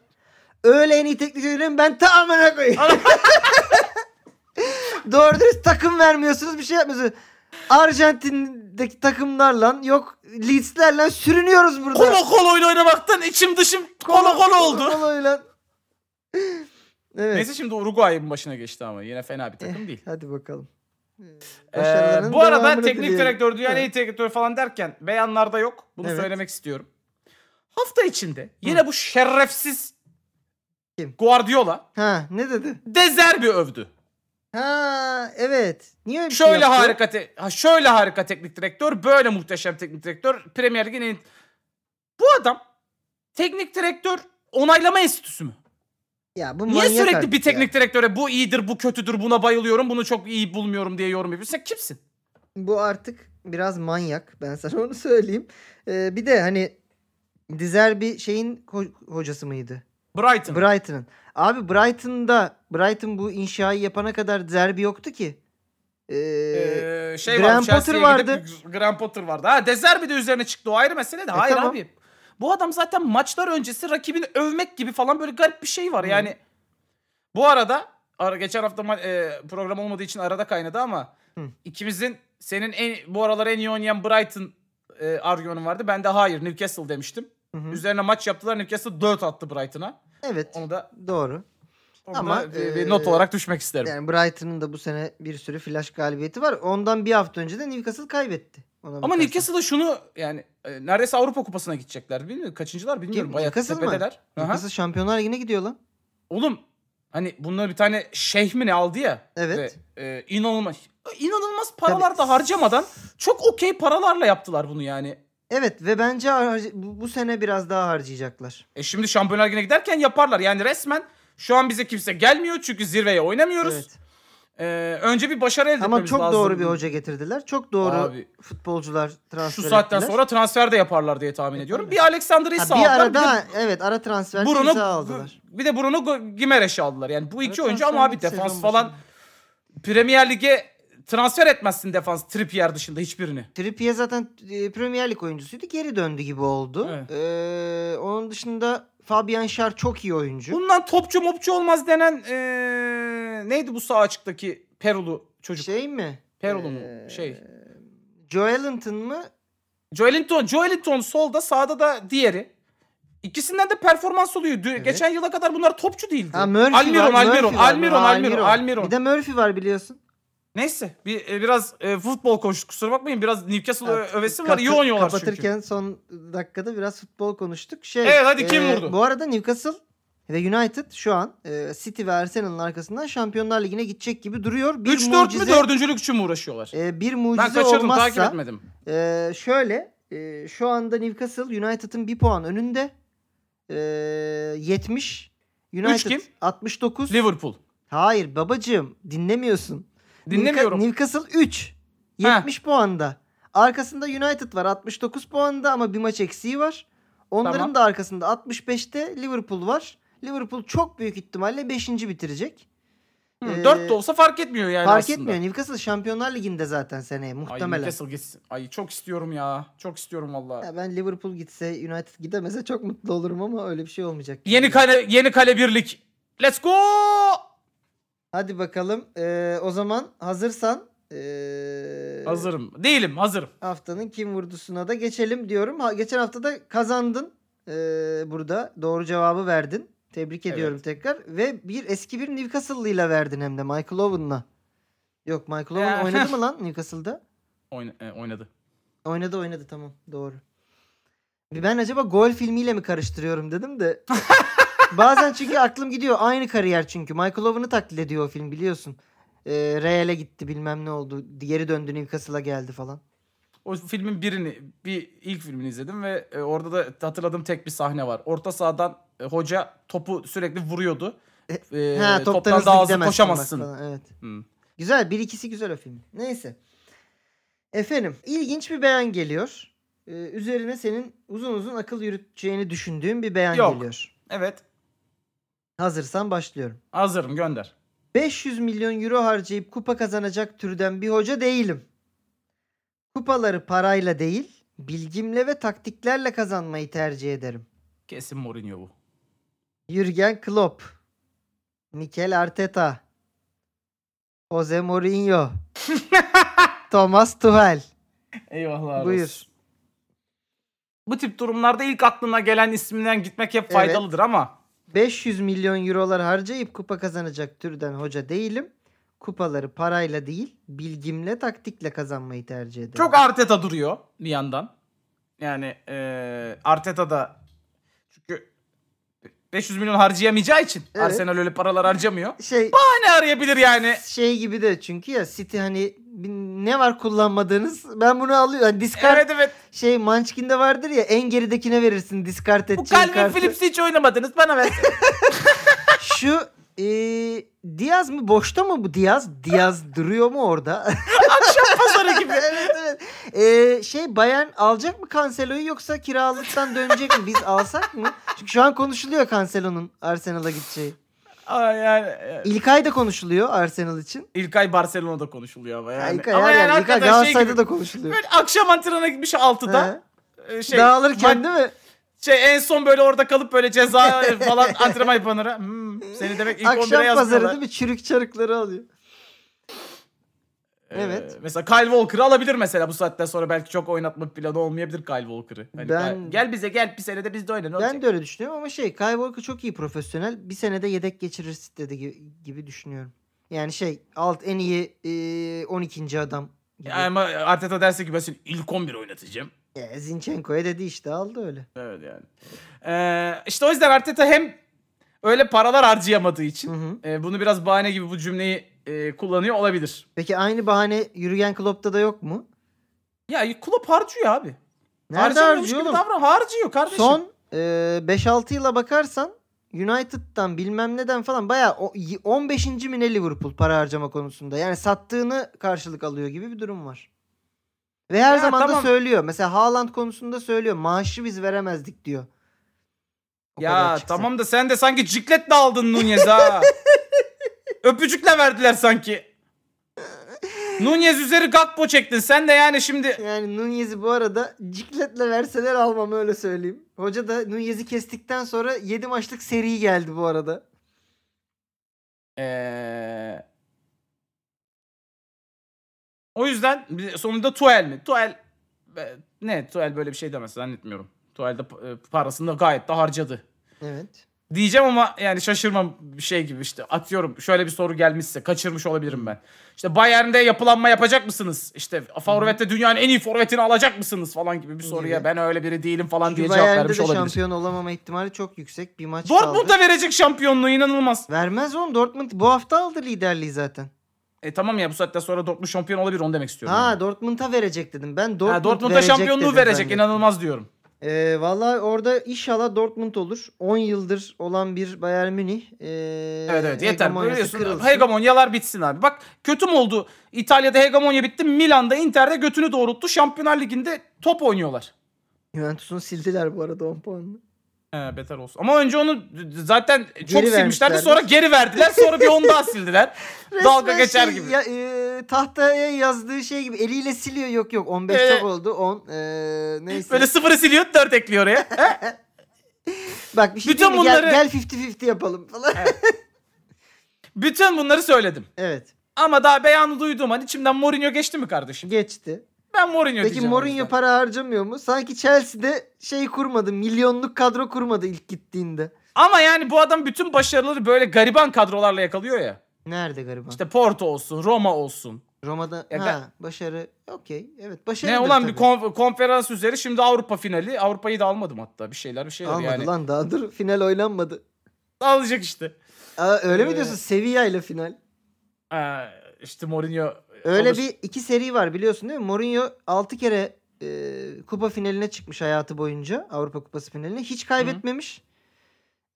Öyle en iyi teknik direktörüm ben tamamen koyayım. *laughs* Doğru dürüst takım vermiyorsunuz bir şey yapmıyorsunuz. Arjantin'deki takımlarla yok Leeds'lerle sürünüyoruz burada.
Kolo koloyla oynamaktan içim dışım kolo kolo
*laughs*
oldu.
Koloyla. evet.
Neyse şimdi Uruguay'ın başına geçti ama yine fena bir
Eh.
takım değil.
Hadi bakalım.
Ee,
Başarılarının
bu arada
devamını
teknik
dileyelim.
direktör dünyanın
Evet.
en iyi teknik direktörü falan derken beyanlarda yok. Bunu
Evet.
söylemek istiyorum. Hafta içinde yine bu şerefsiz
Kim?
Guardiola
Ha ne dedi?
Dezerbi övdü.
Ha evet. Niye öyle bir şey
Şöyle
yaptı?
harika te- ha, şöyle harika teknik direktör, böyle muhteşem teknik direktör. Premier Lig'in en... Bu adam teknik direktör onaylama enstitüsü mü?
Ya bu
Niye
manyak
sürekli
artık
bir teknik
ya.
direktöre bu iyidir, bu kötüdür, buna bayılıyorum, bunu çok iyi bulmuyorum diye yorum yapıyorsun? Sen kimsin?
Bu artık biraz manyak. Ben sana *laughs* onu söyleyeyim. Ee, bir de hani Dizer bir şeyin ho- hocası mıydı?
Brighton.
Brighton'ın. Abi Brighton'da Brighton bu inşayı yapana kadar Zerbi yoktu ki. Ee,
Ee, şey
Graham
vardı, Chelsea'ye
Potter
gidip Graham Potter vardı. Ha Dezerbi de üzerine çıktı o ayrı mesele de.
E,
Hayır
tamam.
abi. Bu adam zaten maçlar öncesi rakibini övmek gibi falan böyle garip bir şey var.
Hı.
Yani bu arada ara, geçen hafta ma- e, program olmadığı için arada kaynadı ama
Hı.
ikimizin senin en, bu aralar en iyi oynayan Brighton e, argümanı vardı. Ben de hayır Newcastle demiştim.
hı hı.
Üzerine maç yaptılar Newcastle 4 attı Brighton'a.
Evet.
Onu da,
Doğru.
onu
Ama,
da bir-
e,
bir not olarak düşmek isterim.
Yani Brighton'ın da bu sene bir sürü flash galibiyeti var. Ondan bir hafta önce de Newcastle kaybetti. Ona
Ama
bakarsan.
Newcastle'da şunu yani e, neredeyse Avrupa Kupası'na gidecekler. Bilmiyorum kaçıncılar bilmiyorum.
Kim?
Bayağı
Newcastle mı?
tepedeler. Aha.
Newcastle Şampiyonlar Ligi'ne gidiyor lan.
Oğlum hani bunlar bir tane şeyh mi ne aldı ya.
Evet.
Ve, e, inanılmaz. inanılmaz paralar
Tabii.
da harcamadan çok okey paralarla yaptılar bunu yani.
Evet ve bence harca- bu, bu sene biraz daha harcayacaklar.
E şimdi Şampiyonlar Ligi'ne giderken yaparlar. Yani resmen şu an bize kimse gelmiyor çünkü zirveye oynamıyoruz.
Evet.
E, önce bir başarı elde
Ama
etmemiz
çok
lazım.
doğru bir hoca getirdiler. Çok doğru
Abi,
futbolcular transfer
şu saatten
ettiler.
sonra transfer de yaparlar diye tahmin
E,
ediyorum.
tabii.
Bir Alexander
Ha,
Isak
bir
aldılar. de
arada evet ara transfer
Bruno
Bruno, aldılar.
bir de Bruno Go- Gimereş'i aldılar. Yani bu iki
Ara
oyuncu ama
transfer
abi
sezon
defans
başında.
falan Premier Lig'e transfer etmezsin defans Trippier dışında hiçbirini.
Trippier zaten e, Premier Lig oyuncusuydu. Geri döndü gibi oldu.
Evet.
Ee, onun dışında Fabian Schär çok iyi oyuncu.
Bundan topçu mopçu olmaz denen eee, neydi bu sağ açıktaki Perulu çocuk?
Şey mi?
Perolu mu? Şey.
Joelinton mı?
Joelinton. Joelinton solda sağda da diğeri. İkisinden de performans oluyor. Dü-
Evet.
Geçen yıla kadar bunlar topçu değildi.
Ha Murphy var.
Almiron, Almiron,
Murphy var.
Almiron,
Ha,
Almiron, Almiron.
Bir de Murphy var biliyorsun.
Neyse bir, e, biraz e, futbol konuştuk kusura bakmayın. Biraz Newcastle ö-
Evet,
övesi var.
Kapı-
İyi oynuyorlar çünkü.
Kapatırken son dakikada biraz futbol konuştuk. Şey,
Evet, hadi kim vurdu?
Bu arada Newcastle ve United şu an e, City ve Arsenal'ın arkasından Şampiyonlar Ligi'ne gidecek gibi duruyor. Bir
3-4 mü
mucize-
dördüncülük için mi uğraşıyorlar?
e, bir
ben
mucize
kaçırdım takip
olmazsa
etmedim.
e, şöyle e, şu anda Newcastle United'ın bir puan önünde e, 70 United
kim?
69
Liverpool.
Hayır babacığım dinlemiyorsun.
Dinlemiyorum.
Newca- Newcastle 3.
Ha.
70 puanda. Arkasında United var 69 puanda ama bir maç eksiği var. Onların
Tamam.
da arkasında 65'te Liverpool var. Liverpool çok büyük ihtimalle 5. bitirecek. Ee,
4 de olsa fark etmiyor yani
Fark
aslında.
etmiyor. Newcastle Şampiyonlar Ligi'nde zaten seneye
Ay
muhtemelen.
Newcastle gitsin. Ay çok istiyorum ya. Çok istiyorum vallahi.
Ya ben Liverpool gitse, United gidemese çok mutlu olurum ama öyle bir şey olmayacak.
Yeni kale yeni kale birlik. Let's go!
Hadi bakalım. Ee, o zaman hazırsan ee,
Hazırım. Değilim, hazırım.
haftanın kim vurdusuna da geçelim diyorum. Ha, geçen hafta da kazandın ee, burada. Doğru cevabı verdin. Tebrik
Evet.
ediyorum tekrar. Ve bir eski bir Newcastle'lıyla verdin hem de Michael Owen'la. Yok Michael Owen
Ya.
oynadı
*laughs*
mı lan Newcastle'da?
Oyna- e, oynadı.
Oynadı oynadı tamam doğru. Ben acaba gol filmiyle mi karıştırıyorum dedim
*laughs*
de. Bazen çünkü aklım gidiyor. Aynı kariyer çünkü. Michael Owen'ı taklit ediyor o film biliyorsun. Ee, Real'e gitti bilmem ne oldu. Geri döndü Newcastle'a geldi falan.
O filmin birini, bir ilk filmini izledim ve e, orada da hatırladığım tek bir sahne var. Orta sahadan e, hoca topu sürekli vuruyordu. E,
ha toptan
toptan
hızlı
daha hızlı
gidemezsin bak
koşamazsın.
falan, Evet.
Hı.
Güzel. Bir ikisi güzel o film. Neyse. Efendim ilginç bir beyan geliyor. Ee, üzerine senin uzun uzun akıl yürüteceğini düşündüğüm bir beyan
Yok.
geliyor.
Evet,
Hazırsan başlıyorum.
hazırım gönder.
500 milyon euro harcayıp kupa kazanacak türden bir hoca değilim. Kupaları parayla değil, bilgimle ve taktiklerle kazanmayı tercih ederim.
Kesin Mourinho bu.
Jürgen Klopp, Mikel Arteta, Jose Mourinho, Thomas Tuchel.
Eyvallah.
Buyur.
Bu tip durumlarda ilk aklına gelen isminden gitmek hep faydalıdır ama
500 milyon eurolar harcayıp kupa kazanacak türden hoca değilim. Kupaları parayla değil, bilgimle, taktikle kazanmayı tercih ederim.
çok Arteta duruyor bir yandan. Yani e, Arteta da çünkü 500 milyon harcayamayacağı için
Evet.
Arsenal öyle paralar harcamıyor.
şey
Hani arayabilir yani.
şey gibi de çünkü ya City hani bir- ne var kullanmadığınız ben bunu alıyorum. Yani discard
Evet evet.
şey Munchkin'de vardır ya en geridekine verirsin discard
Bu
edeceğin
Calvin
kartı.
Phillips'i hiç oynamadınız bana ver.
*laughs* Şu e, Diaz mı boşta mı bu Diaz? Diaz duruyor mu
*laughs*
orada?
Pazarı
*laughs*
gibi.
evet evet. E, şey Bayern alacak mı Cancelo'yu yoksa kiralıktan dönecek mi? Biz alsak mı? Çünkü şu an konuşuluyor Cancelo'nun Arsenal'a gideceği.
Aa, yani, e,
İlkay da konuşuluyor Arsenal için.
İlkay Barcelona'da konuşuluyor ama yani.
İlkay,
ama
her
yani
yer- İlkay
hakikaten şey
Galatasaray'da
gibi.
da konuşuluyor.
Böyle akşam antrenmana gitmiş 6'da.
He.
e, Şey,
Dağılırken
ma-
değil mi?
Şey en son böyle orada kalıp
*laughs*
böyle ceza falan antrenman yapanlara. Hmm, seni demek ilk 11'e
Akşam pazarı
yazmıyorlar.
değil mi? Çürük çarıkları alıyor.
Ee,
Evet.
mesela Kyle Walker'ı alabilir mesela bu saatten sonra belki çok oynatma planı olmayabilir Kyle Walker'ı. Hani
Ben-
Kyle- gel bize gel bir senede biz de oyna ne olacak?
Ben de öyle düşünüyorum ama şey Kyle Walker çok iyi profesyonel. Bir senede yedek geçirir dedi gibi, gibi düşünüyorum. Yani şey alt en iyi e, 12. adam gibi.
Ya Ama Arteta derse ki ben seni ilk 11 oynatacağım.
E, Zinchenko'ya dedi işte aldı öyle.
Evet yani. Ee, işte o yüzden Arteta hem öyle paralar harcayamadığı
Hı
için
hı.
e, bunu biraz bahane gibi bu cümleyi e, kullanıyor olabilir.
Peki aynı bahane Jürgen Klopp'ta da yok mu?
Ya kulüp harcıyor abi.
Nerede
Harcamıyormuş
harcıyor
gibi
oğlum?
davran- harcıyor kardeşim.
Son e, 5-6 yıla bakarsan United'dan bilmem neden falan bayağı o- y- 15. mi ne Liverpool para harcama konusunda. Yani sattığını karşılık alıyor gibi bir durum var. Ve her
Ya
zaman
tamam.
da söylüyor. Mesela Haaland konusunda söylüyor. Maaşı biz veremezdik diyor. O kadar
Ya
çıksa.
tamam da sen de sanki cikletle aldın
*laughs*
Nunez ha. Öpücükle verdiler sanki. Nunez üzeri Gakpo çektin. Sen de yani şimdi
Yani Nunez'i bu arada cikletle verseler almam öyle söyleyeyim. Hoca da Nunez'i kestikten sonra 7 maçlık seri geldi bu arada.
Ee, o yüzden bir- sonunda Tuel mi? Tuel e, ne? Tuel böyle bir şey demez zannetmiyorum. Tuel de pa- e, parasını da gayet de harcadı.
Evet.
Diyeceğim ama yani şaşırmam bir şey gibi işte atıyorum şöyle bir soru gelmişse kaçırmış olabilirim ben. İşte Bayern'de yapılanma yapacak mısınız? İşte forvette dünyanın en iyi forvetini alacak mısınız falan gibi bir soruya
Gibi.
ben öyle biri değilim falan diye
Çünkü
cevap
Bayern'de
vermiş
de
olabilir.
şampiyon olamama ihtimali çok yüksek. Bir maç kaldı.
Dortmund da verecek şampiyonluğu inanılmaz.
Vermez oğlum Dortmund bu hafta aldı liderliği zaten.
E tamam ya bu saatten sonra Dortmund şampiyon olabilir onu demek istiyorum. yani.
Ha Dortmund'a verecek dedim. Ben Dortmund
Ha, Dortmund'a
verecek
şampiyonluğu
dedim
verecek
zannettim.
inanılmaz diyorum.
Ee, Valla orada inşallah Dortmund olur. 10 yıldır olan bir Bayern Münih. Ee,
Evet evet yeter.
hegemonyası
Biliyorsun
kırılsın.
hegemonyalar bitsin abi. Bak kötü mü oldu? İtalya'da hegemonya bitti. Milan'da Inter'de götünü doğrulttu. Şampiyonlar Ligi'nde top oynuyorlar.
Juventus'un sildiler bu arada 10 puanını.
He, Ee, beter olsun. Ama önce onu zaten çok
Geri
silmişlerdi.
vermişlerdi.
Sonra geri verdiler. Sonra bir onu
*laughs*
daha sildiler. Dalga
Resmen
geçer
şey,
gibi.
ya, e, tahtaya yazdığı şey gibi eliyle siliyor yok yok 15
Ee,
çok oldu 10 e, neyse.
Böyle sıfırı siliyor, dört ekliyor oraya.
*laughs*
He?
Bak bir şey
bütün
diyeyim mi? Gel-
bunları-
gel 50-50 yapalım falan. *laughs* Evet.
Bütün bunları söyledim. Ama daha beyanı duyduğum an içimden Mourinho geçti mi kardeşim?
geçti.
Ben
Peki
Mourinho diyeceğim. o yüzden.
Mourinho para harcamıyor mu? Sanki Chelsea'de şey kurmadı milyonluk kadro kurmadı ilk gittiğinde.
Ama yani bu adam bütün başarıları böyle gariban kadrolarla yakalıyor ya.
Nerede gariban?
İşte Porto olsun, Roma olsun.
Roma'da
Ya
ha,
ben-
başarı okey evet başarı.
Ne olan bir kon- konferans üzeri şimdi Avrupa finali. Avrupa'yı da almadım hatta bir şeyler bir şeyler
Almadı
yani.
lan daha dur final oynanmadı.
Alacak işte.
Aa, öyle
Ee,
mi diyorsun Sevilla ile final?
Ee, işte Mourinho
Öyle
alır.
bir iki seri var biliyorsun değil mi? Mourinho 6 kere e, kupa finaline çıkmış hayatı boyunca. Avrupa Kupası finaline. Hiç kaybetmemiş.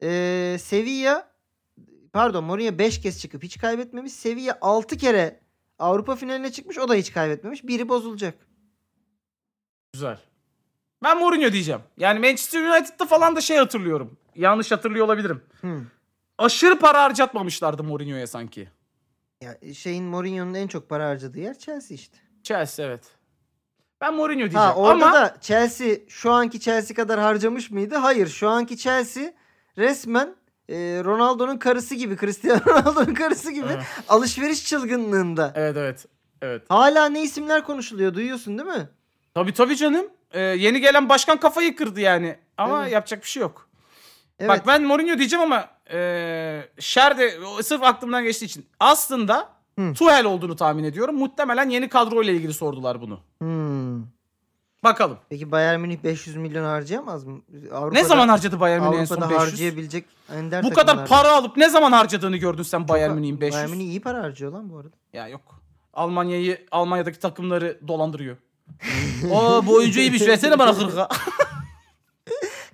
E, Sevilla pardon Mourinho 5 kez çıkıp hiç kaybetmemiş. Sevilla 6 kere Avrupa finaline çıkmış. O da hiç kaybetmemiş. Biri bozulacak.
Güzel. Ben Mourinho diyeceğim. Yani Manchester United'da falan da şey hatırlıyorum. Yanlış hatırlıyor olabilirim.
Hmm.
Aşırı para harcatmamışlardı Mourinho'ya sanki.
Ya, e, şeyin Mourinho'nun en çok para harcadığı yer Chelsea işte.
Chelsea evet. Ben Mourinho diyeceğim.
Ha orada
Ama
da Chelsea şu anki Chelsea kadar harcamış mıydı? Hayır. Şu anki Chelsea resmen e, Ronaldo'nun karısı gibi, *laughs* Cristiano Ronaldo'nun karısı gibi
Evet.
alışveriş çılgınlığında.
evet evet. Evet.
Hala ne isimler konuşuluyor duyuyorsun değil mi?
Tabii tabii canım. Ee, yeni gelen başkan kafayı kırdı yani. Ama
Evet.
yapacak bir şey yok.
Evet.
Bak ben Mourinho diyeceğim ama eee Şer de o- sırf aklımdan geçtiği için. Aslında
Hı.
Tuchel olduğunu tahmin ediyorum. Muhtemelen yeni kadroyla ilgili sordular bunu.
Hmm.
Bakalım.
Peki Bayern Münih 500 milyon harcayamaz mı? Avrupa'da,
ne zaman harcadı Bayern Münih en son
Avrupa'da
500?
harcayabilecek ender
Bu kadar
takımlar-
para alıp ne zaman harcadığını gördün sen Bayern
Çok-
Münih'in 500?
Bayern Münih iyi para harcıyor lan bu arada.
Ya yok. Almanya'yı Almanya'daki takımları
*laughs*
dolandırıyor. Oo bu oyuncu iyiymiş versene bana 40'a.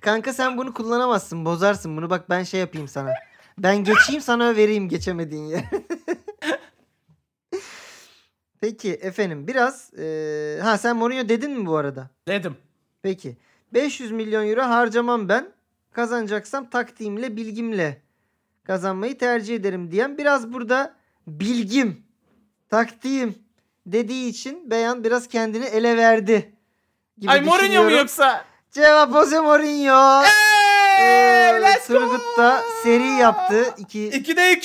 Kanka sen bunu kullanamazsın bozarsın bunu bak ben şey yapayım sana. Ben geçeyim sana vereyim geçemediğin yer. *laughs* Peki efendim biraz eee, ha sen Mourinho dedin mi bu arada?
Dedim.
Peki 500 milyon euro harcamam ben kazanacaksam taktiğimle bilgimle kazanmayı tercih ederim diyen biraz burada bilgim taktiğim dediği için beyan biraz kendini ele verdi. Gibi
Ay Mourinho mu
düşünüyorum.
yoksa?
Cevap Jose Mourinho.
Eee,
Ee,
let's go!
Turgut da seri yaptı. 2
2'de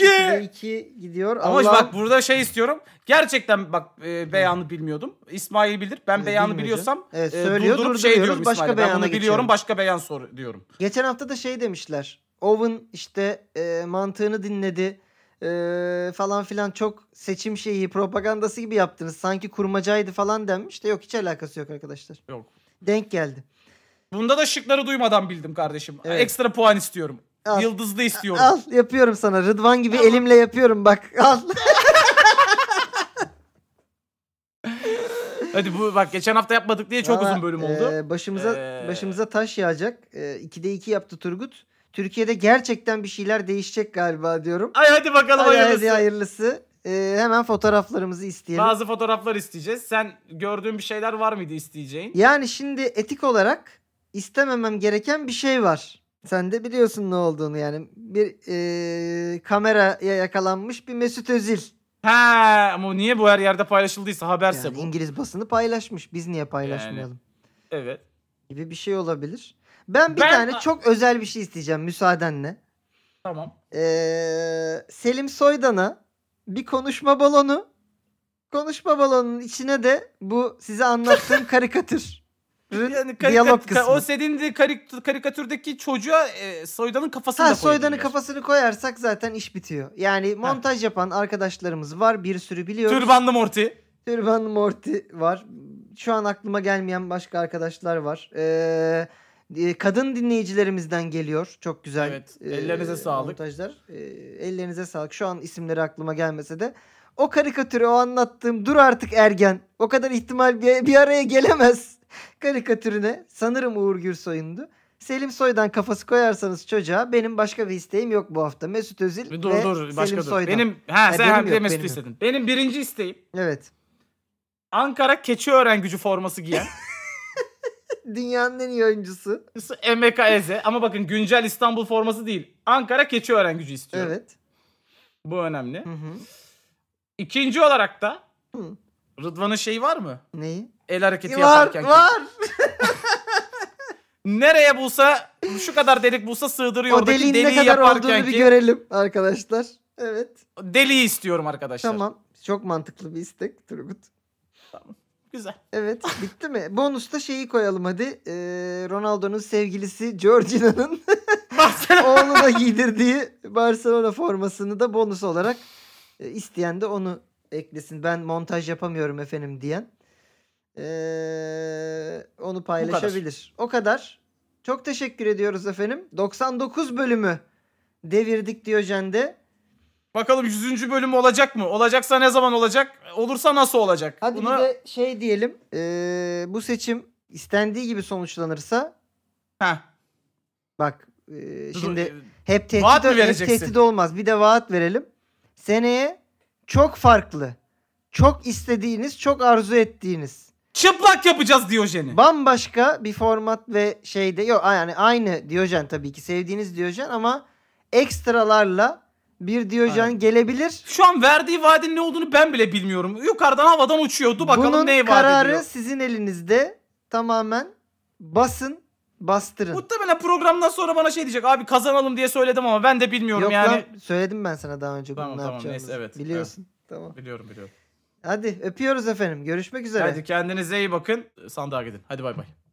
2.
2 gidiyor.
Ama
Allah'ım-
bak burada şey istiyorum. Gerçekten bak e, beyanı bilmiyordum. İsmail bilir. Ben
E,
beyanı
bilmiyor
biliyorsam
canım. Evet,
e,
söylüyor,
durdurup şey
durduruyoruz,
diyorum
başka
İsmail'e. Ben
beyana
bunu biliyorum
geçiyorum.
başka beyan sor diyorum.
Geçen hafta da şey demişler. Owen işte e, mantığını dinledi. e, falan filan çok seçim şeyi propagandası gibi yaptınız. Sanki kurmacaydı falan denmiş de yok hiç alakası yok arkadaşlar.
Yok.
Denk geldi.
Bunda da şıkları duymadan bildim kardeşim.
Evet.
Ekstra puan istiyorum.
Al.
Yıldızlı istiyorum.
Al yapıyorum sana. Rıdvan gibi elimle yapıyorum bak. *laughs* Al.
Hadi bu bak geçen hafta yapmadık diye çok
Valla,
uzun bölüm oldu.
e, başımıza
Ee,
başımıza taş yağacak. E, 2'de 2 yaptı Turgut. Türkiye'de gerçekten bir şeyler değişecek galiba diyorum.
Ay hadi bakalım
Hadi
hayırlısı.
hadi hayırlısı. E, hemen fotoğraflarımızı isteyelim.
Bazı fotoğraflar isteyeceğiz. Sen gördüğün bir şeyler var mıydı isteyeceğin?
Yani şimdi etik olarak istememem gereken bir şey var. Sen de biliyorsun ne olduğunu yani. Bir e, kameraya yakalanmış bir Mesut Özil.
He ama niye bu her yerde paylaşıldıysa haberse
Yani
bu.
İngiliz basını paylaşmış. Biz niye paylaşmayalım?
Evet.
Gibi bir şey olabilir. Ben bir
Ben-
tane çok özel bir şey isteyeceğim müsaadenle.
Tamam.
Ee, Selim Soydan'a bir konuşma balonu. Konuşma balonunun içine de bu size
*laughs*
anlattığım karikatür.
Yani
diyalog
karikatür,
kısmı.
o senin de karik- karikatürdeki çocuğa e, soydanın kafasını
Ha
da
Soydan'ın
koyabiliyorsun.
kafasını koyarsak zaten iş bitiyor. Yani montaj yapan arkadaşlarımız var. Bir sürü biliyoruz.
Türbanlı Morty.
Türban Morty var. Şu an aklıma gelmeyen başka arkadaşlar var. Ee, e, kadın dinleyicilerimizden geliyor. Çok güzel. e,
Evet, ellerinize sağlık.
Montajlar. Ee, ellerinize sağlık. Şu an isimleri aklıma gelmese de. O karikatürü o anlattığım dur artık ergen. O kadar ihtimal bir, bir araya gelemez. *laughs* Karikatürüne sanırım Uğur Gürsoy'undu. Selim Soy'dan kafası koyarsanız çocuğa benim başka bir isteğim yok bu hafta. Mesut Özil
Bir Dur
ve
dur başka
Selim
dur.
Soydan.
Benim ha sen
benim
hem de
yok,
Mesut
benim yok.
istedin. Benim birinci isteğim
Evet. *laughs*
Ankara Keçiören Gücü forması giyen
Dünyanın en iyi oyuncusu.
MK Eze ama bakın güncel İstanbul forması değil. Ankara Keçiören gücü istiyorum.
Evet.
Bu önemli.
Hı hı.
İkinci olarak da
Hı.
Rıdvan'ın şeyi var mı?
Neyi?
El hareketi
Var
yaparken.
var.
Nereye bulsa şu kadar delik bulsa sığdırıyor.
O
Oradaki
deliğin ne
deliği
kadar
yaparken
olduğunu bir
ki
görelim arkadaşlar. Evet.
deliği istiyorum arkadaşlar.
Tamam. Çok mantıklı bir istek Turgut.
Güzel. *laughs*
Evet. Bitti mi? *laughs* Bonusta şeyi koyalım hadi. Ee, Ronaldo'nun sevgilisi Georgina'nın
Barcelona
oğluna giydirdiği Barcelona formasını da bonus olarak e, isteyen de onu eklesin. Ben montaj yapamıyorum efendim diyen. Ee, onu paylaşabilir. O kadar. Çok teşekkür ediyoruz efendim. 99 bölümü devirdik Diyojen'de.
Bakalım 100. bölüm olacak mı? Olacaksa ne zaman olacak? Olursa nasıl olacak?
Hadi
Buna-
bir de şey diyelim. ee, bu seçim istendiği gibi sonuçlanırsa
Heh,
bak ee,
dur,
şimdi
dur.
Hep tehdit,
Vaat mı
hep
vereceksin?
tehdit olmaz. Bir de vaat verelim. Seneye çok farklı, çok istediğiniz, çok arzu ettiğiniz
çıplak yapacağız Diyojen'i.
bambaşka bir format ve şeyde yok yani aynı Diyojen tabii ki sevdiğiniz Diyojen ama ekstralarla bir Diyojen
Aynen.
gelebilir.
Şu an verdiği vaadin ne olduğunu ben bile bilmiyorum. Yukarıdan havadan uçuyordu. Bakalım
Bunun
neye vaat
kararı
ediyor.
sizin elinizde. Tamamen basın, bastırın.
Muhtemelen programdan sonra bana şey diyecek. Abi kazanalım diye söyledim ama ben de bilmiyorum
Yok
yani.
lan söyledim ben sana daha önce
Tamam,
bunu ne
tamam,
yapacağımızı.
neyse, evet,
Biliyorsun. Tamam.
Biliyorum biliyorum.
Hadi öpüyoruz efendim. Görüşmek üzere.
Hadi kendinize iyi bakın. Sandığa gidin. Hadi bay bay.